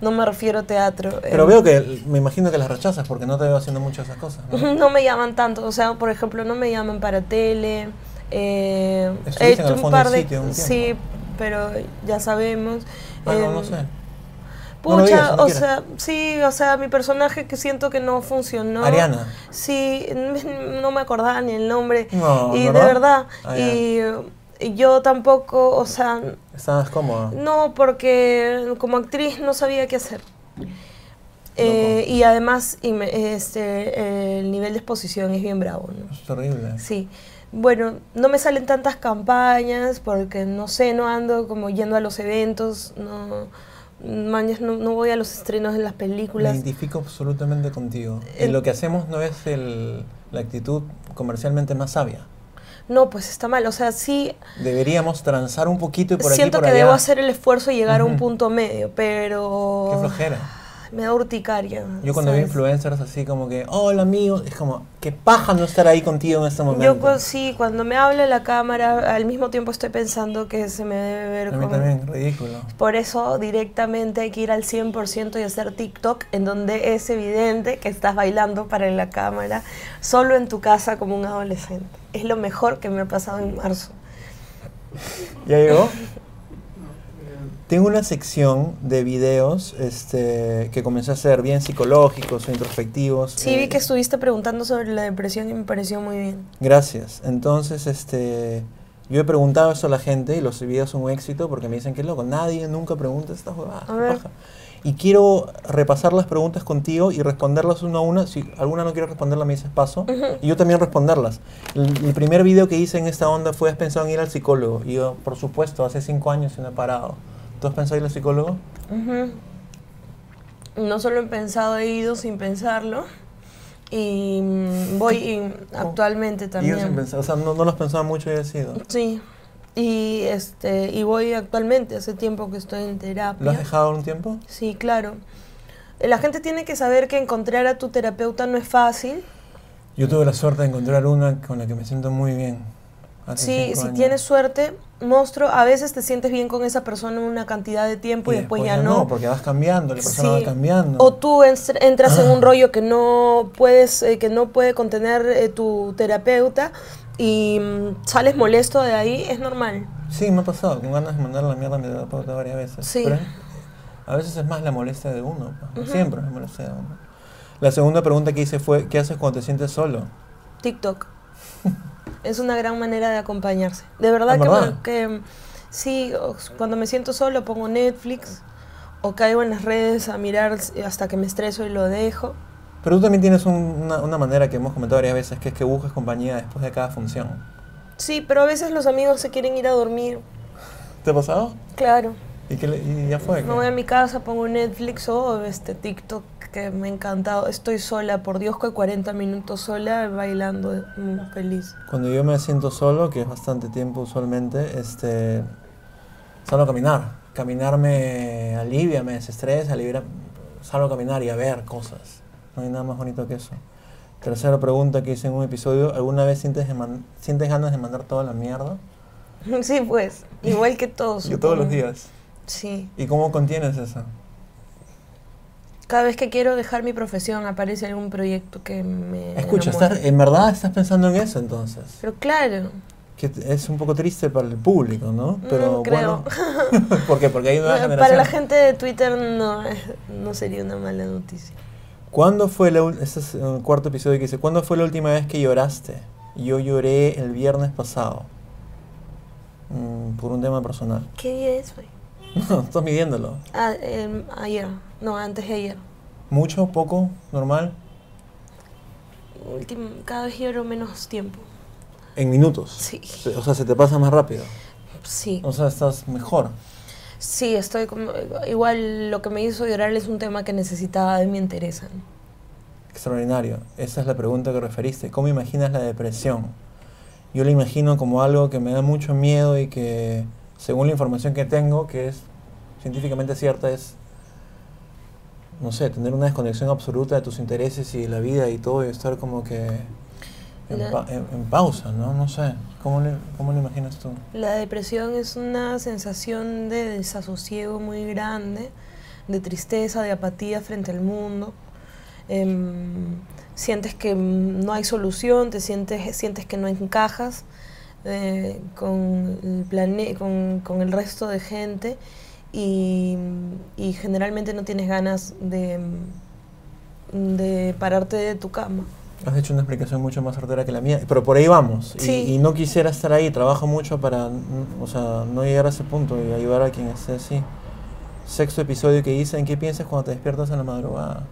No me refiero a teatro. eh, Pero veo que, me imagino que las rechazas porque no te veo haciendo mucho esas cosas. ¿no? No me llaman tanto, o sea, por ejemplo, no me llaman para tele. eh, Estuviste en el un fondo par del de- sitio un tiempo. sí, pero ya sabemos. Ah, no, Em, no sé. No lo Pucha, digas, no o quieras. sea, sí, o sea, mi personaje que siento que no funcionó. Ariana. Sí, no me acordaba ni el nombre. No, y ¿verdad? de verdad, Ah, y y yo tampoco, o sea, Estabas cómoda. no, porque como actriz no sabía qué hacer. Eh, y además, y me- este, eh, el nivel de exposición es bien bravo, ¿no? Es terrible. Sí. Bueno, no me salen tantas campañas porque no sé, no ando como yendo a los eventos, no, mañas, no, no voy a los estrenos de las Me películas. identifico absolutamente contigo. Y El- lo que hacemos no es el- la actitud comercialmente más sabia. No, pues está mal. O sea, sí Deberíamos transar un poquito y por aquí siento por que allá. debo hacer el esfuerzo y llegar a un Ujú. punto medio, pero Qué flojera. me da urticaria. Yo cuando veo ¿sabes? influencers así como que, hola amigo, es como, qué paja no estar ahí contigo en este momento. Yo cu- sí, cuando me habla la cámara, al mismo tiempo estoy pensando que se me debe ver A mí como- también, ridículo. Por eso directamente hay que ir al 100% y hacer TikTok, en donde es evidente que estás bailando para la cámara, solo en tu casa como un adolescente. Es lo mejor que me ha pasado en marzo. ¿Ya llegó? eh, Tengo una sección de videos este, que comencé a hacer bien psicológicos o introspectivos. Sí, vi eh, que estuviste preguntando sobre la depresión y me pareció muy bien. Gracias. Entonces, este, yo he preguntado eso a la gente y los videos son un éxito porque me dicen que loco, nadie nunca pregunta estas huevadas. A qué ver. paja". Y quiero repasar las preguntas contigo y responderlas una a una. Si alguna no quiero responderla, me dices paso. Y yo también responderlas. El, el primer video que hice en esta onda fue, ¿has pensado en ir al psicólogo? Y yo, por supuesto, hace cinco años y no he parado. ¿Tú has pensado ir al psicólogo? Ujú. No solo he pensado, he ido sin pensarlo. Y mm, voy y actualmente Y también. yo Oh. sin pensar, o sea, no, no lo has pensado mucho y he sido. Sí. Y este y voy actualmente, hace tiempo que estoy en terapia. ¿Lo has dejado un tiempo? Sí, claro. La gente tiene que saber que encontrar a tu terapeuta no es fácil. Yo tuve la suerte de encontrar una con la que me siento muy bien. hace Sí, cinco si años. tienes suerte, monstruo, a veces te sientes bien con esa persona una cantidad de tiempo y, después, ya no. porque vas cambiando, la persona Sí. va cambiando. O tú ens- entras en un rollo que no puedes, eh, que no puede contener eh, tu terapeuta y mm, sales molesto de ahí, es normal. Sí, me ha pasado, con ganas de mandar la mierda a mi terapeuta varias veces. Sí. Pero es- a veces es más la molestia de uno, pues, siempre es la molestia de uno. La segunda pregunta que hice fue, ¿qué haces cuando te sientes solo? TikTok. es una gran manera de acompañarse. De verdad, ¿En que, verdad? me- que, mm, sí, o s- cuando me siento solo pongo Netflix o caigo en las redes a mirar s- hasta que me estreso y lo dejo. Pero tú también tienes un- una, una manera que hemos comentado varias veces, que es que buscas compañía después de cada función. Sí, pero a veces los amigos se quieren ir a dormir. ¿Te ha pasado? Claro, ¿Y, qué le- y ya fue? me voy a mi casa, pongo Netflix o este TikTok que me ha encantado. Estoy sola, por Dios, que 40 minutos sola bailando mm, feliz. Cuando yo me siento solo, que es bastante tiempo usualmente, este, salgo a caminar. Caminar me alivia, me desestresa, alivia, salgo a caminar y a ver cosas. No hay nada más bonito que eso. Tercera pregunta que hice en un episodio, ¿alguna vez sientes, de man- sientes ganas de mandar toda la mierda? Sí, pues, igual que todos. Yo todos los supongo. días. Sí. ¿Y cómo contienes eso? Cada vez que quiero dejar mi profesión aparece algún proyecto que me Escucha, enamora. estás- eh, en verdad estás pensando en eso entonces. Pero claro, Que t- es un poco triste para el público, ¿no? Pero Mm, creo. bueno, ¿por qué? Porque hay una generación. para la gente de Twitter no, no sería una mala noticia. ¿Cuándo fue la ul- este es el cuarto episodio que dice, ¿cuándo fue la última vez que lloraste? Yo lloré el viernes pasado. Mm, por un tema personal. ¿Qué día es hoy? No, estás midiéndolo. Ah, em, ayer, no, antes de ayer. ¿Mucho? ¿Poco? ¿Normal? Último, cada vez lloro menos tiempo. En minutos. Sí. O sea, se te pasa más rápido. Sí, O sea, estás mejor. sí, estoy como... Igual lo que me hizo llorar es un tema que necesitaba y me interesa. Extraordinario. Esa es la pregunta que referiste. ¿Cómo imaginas la depresión? Yo la imagino como algo que me da mucho miedo y que, según la información que tengo, que es científicamente cierta, es, no sé, tener una desconexión absoluta de tus intereses y de la vida y todo y estar como que en, La- pa- en- en pausa, ¿no? No sé. ¿Cómo le- cómo lo imaginas tú? La depresión es una sensación de desasosiego muy grande, de tristeza, de apatía frente al mundo. Em, sientes que mm, no hay solución, te sientes, sientes que no encajas, eh, con, el plane- con, con el resto de gente y, y generalmente no tienes ganas de, de pararte de tu cama. Has hecho una explicación mucho más certera que la mía, pero por ahí vamos. Y- Sí. Y, no quisiera estar ahí, trabajo mucho para mm, o sea, no llegar a ese punto y ayudar a quien esté así. Sexto episodio que hice, ¿en qué piensas cuando te despiertas en la madrugada?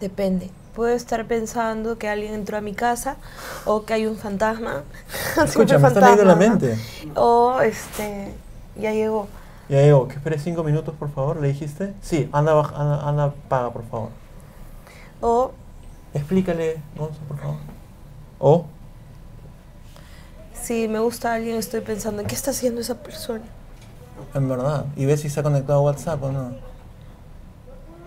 Depende. Puedo estar pensando que alguien entró a mi casa o que hay un fantasma. Siempre Escucha, me está leyendo la fantasma, ¿no? mente. O este, ya llegó. Ya digo, que esperes cinco minutos, por favor, ¿le dijiste? Sí, anda, baj- anda, anda, paga, por favor. O Explícale, Gonzo, por favor. O, si me gusta alguien estoy pensando, ¿qué está haciendo esa persona? en verdad, y ves si se ha conectado a WhatsApp o no.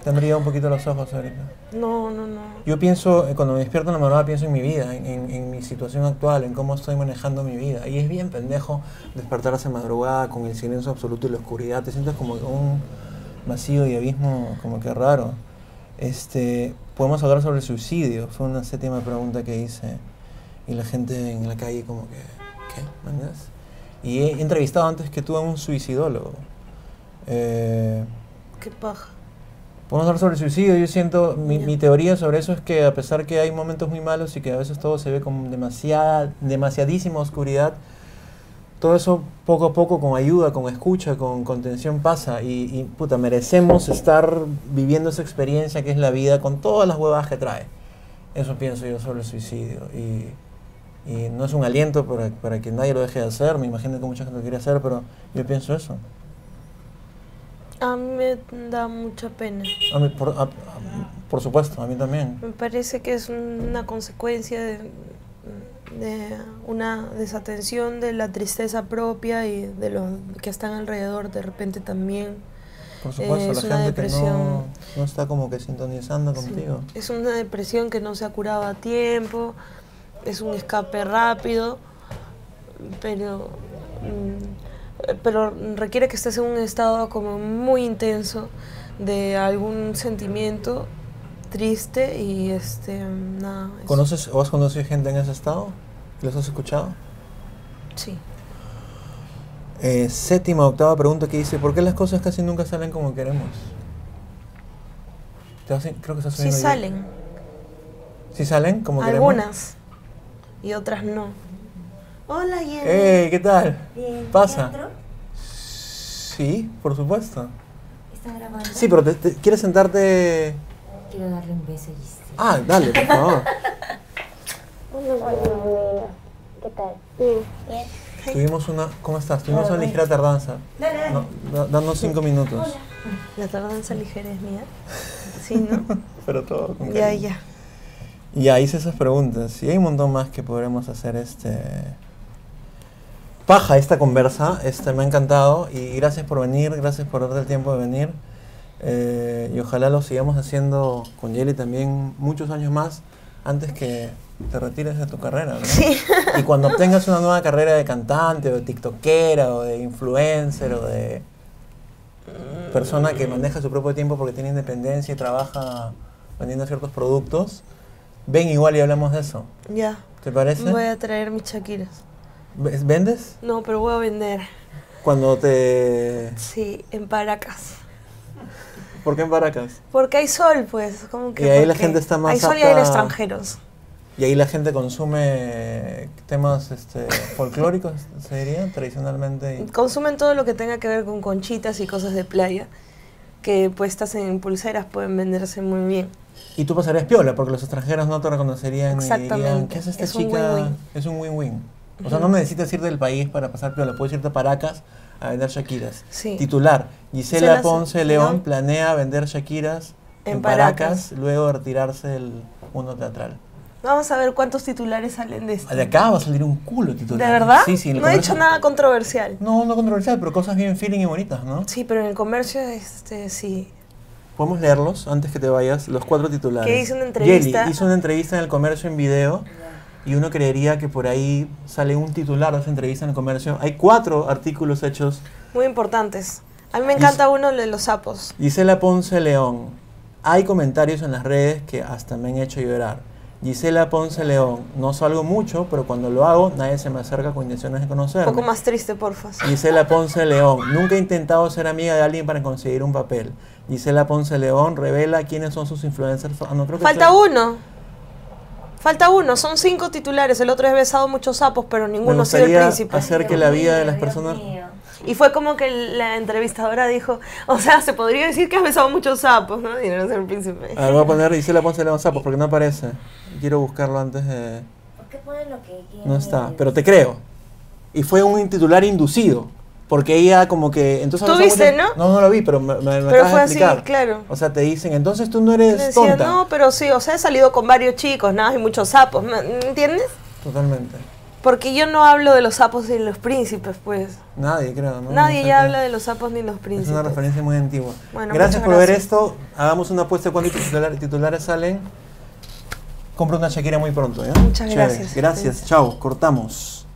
Te han brillado un poquito los ojos ahorita. No, no, no. Yo pienso, eh, cuando me despierto en la madrugada, pienso en mi vida, en, en- en mi situación actual, en cómo estoy manejando mi vida. Y es bien pendejo despertarse en madrugada con el silencio absoluto y la oscuridad. Te sientes como que un vacío y abismo, como que raro. Este, podemos hablar sobre el suicidio. Fue una séptima pregunta que hice. Y la gente en la calle como que, ¿qué? ¿Me entiendes? Y he entrevistado antes que tú a un suicidólogo. Eh, Qué paja. Podemos hablar sobre el suicidio. Yo siento, mi, Ya. mi teoría sobre eso es que a pesar que hay momentos muy malos y que a veces todo se ve con demasiada, demasiadísima oscuridad, todo eso poco a poco con ayuda, con escucha, con contención pasa. Y, y, puta, merecemos estar viviendo esa experiencia que es la vida con todas las huevadas que trae. Eso pienso yo sobre el suicidio. Y, y no es un aliento para, para que nadie lo deje de hacer. Me imagino que mucha gente lo quiere hacer, pero yo pienso eso. A mí me da mucha pena. A mí, por, a- a- por supuesto, a mí también. Me parece que es una consecuencia de, de una desatención de la tristeza propia y de los que están alrededor de repente también. Por supuesto, es la una gente que no, Eh, depresión. no está como que sintonizando Sí. contigo. Es una depresión que no se ha curado a tiempo, es un escape rápido, pero, mm, pero requiere que estés en un estado como muy intenso de algún sentimiento triste y este nada. eso. ¿Conoces o has conocido gente en ese estado? ¿Los has escuchado? Sí. Eh, séptima, octava pregunta que dice, ¿por qué las cosas casi nunca salen como queremos? Te hacen- creo que estás Sí oyendo yo. salen, ¿Sí salen como queremos? algunas y otras no. Hola, Jenny. ¡Ey! ¿Qué tal? Bien, Pasa. ¿ya entró? Sí, por supuesto. ¿Está grabando? Sí, pero te- te- ¿quieres sentarte...? Quiero darle un beso, Giselle. Ah, dale, por favor. ¿Qué tal? Bien. Tuvimos una... ¿Cómo estás? Tuvimos una ligera tardanza. Dale, dale. No, da- danos cinco minutos. La tardanza ligera es mía. Sí, ¿no? Pero todo con ya, cariño. ya. Ya hice esas preguntas y hay un montón más que podremos hacer este paja esta conversa, este me ha encantado y gracias por venir, gracias por darte el tiempo de venir Eh, y ojalá lo sigamos haciendo con Yeli también muchos años más antes que te retires de tu carrera, ¿no? Y cuando obtengas una nueva carrera de cantante o de tiktokera o de influencer o de persona que maneja su propio tiempo porque tiene independencia y trabaja vendiendo ciertos productos, ven igual y hablamos de eso. Ya. ¿Te parece? Voy a traer mis chaquiras. ¿Ves- ¿Vendes? No, pero voy a vender. Cuando te... Sí, en Paracas. ¿Por qué en Baracas? Porque hay sol, pues. Como que Y ahí la porque gente está más Hay sol y hay apta- extranjeros. Y ahí la gente consume temas este, folclóricos, se diría, tradicionalmente. y- Consumen todo lo que tenga que ver con conchitas y cosas de playa. Que puestas en pulseras pueden venderse muy bien. Y tú pasarías piola, porque los extranjeros no te reconocerían y dirían, Exactamente. ¿qué es esta Es un chica? win-win. Es un win-win. O sea, no necesitas ir del país para pasar piola, puedes irte a Paracas a vender Shakiras. Sí. Titular, Gisela Gisela Ponce Se- León León. planea vender Shakiras en, En Paracas, Paracas. luego de retirarse del mundo teatral. Vamos a ver cuántos titulares salen de esto. De acá va a salir un culo ¿De titular. verdad? Sí, sí. en el no he comercio- dicho nada controversial. No, no controversial, pero cosas bien feeling y bonitas, ¿no? Sí, pero en el comercio, este, sí. Podemos leerlos antes que te vayas, los cuatro titulares. Que hizo una entrevista. Yeli hizo una entrevista en el comercio en video y uno creería que por ahí sale un titular de esa entrevista en el comercio. Hay cuatro artículos hechos. Muy importantes. A mí me Y- encanta uno de los sapos. Gisela Ponce León. Hay comentarios en las redes que hasta me han hecho llorar. Gisela Ponce León. No salgo mucho, pero cuando lo hago, nadie se me acerca con intenciones de Un conocerme. poco más triste, porfa. Gisela Ponce León. Nunca he intentado ser amiga de alguien para conseguir un papel. Gisela Ponce León revela quiénes son sus influencers. fa- ah, no, creo que Falta soy- uno. Falta uno. Son cinco titulares. El otro es besado muchos sapos, pero Me ninguno ha sido el gustaría príncipe. hacer que la vida de las personas... Y fue como que la entrevistadora dijo, o sea, se podría decir que has besado muchos sapos, ¿no? Y no ser el príncipe. A ver, voy a poner Gisela Ponce León Sapos porque no aparece. Quiero buscarlo antes de... ¿Por qué ponen lo que quieren? No está, pero te creo. Y fue un titular inducido. Porque ella como que... Entonces Tú habló mucho- viste, ¿no? No, no lo vi, pero me, me, me Pero acabas fue de así, explicar. claro. O sea, te dicen, entonces tú no Le eres decía, tonta. no, pero sí, o sea, he salido con varios chicos, nada, y muchos sapos, ¿me me entiendes? Totalmente. Porque yo no hablo de los sapos ni los príncipes, pues. Nadie, creo. ¿no? Nadie No sé ya qué. habla de los sapos ni los Es una príncipes. referencia muy antigua. Bueno, gracias muchas por ver gracias. esto. Hagamos una apuesta de cuántos titulares, titulares salen. Compro una Shakira muy pronto. ¿ya? Muchas Chévere. gracias. Gracias. Chao. Cortamos.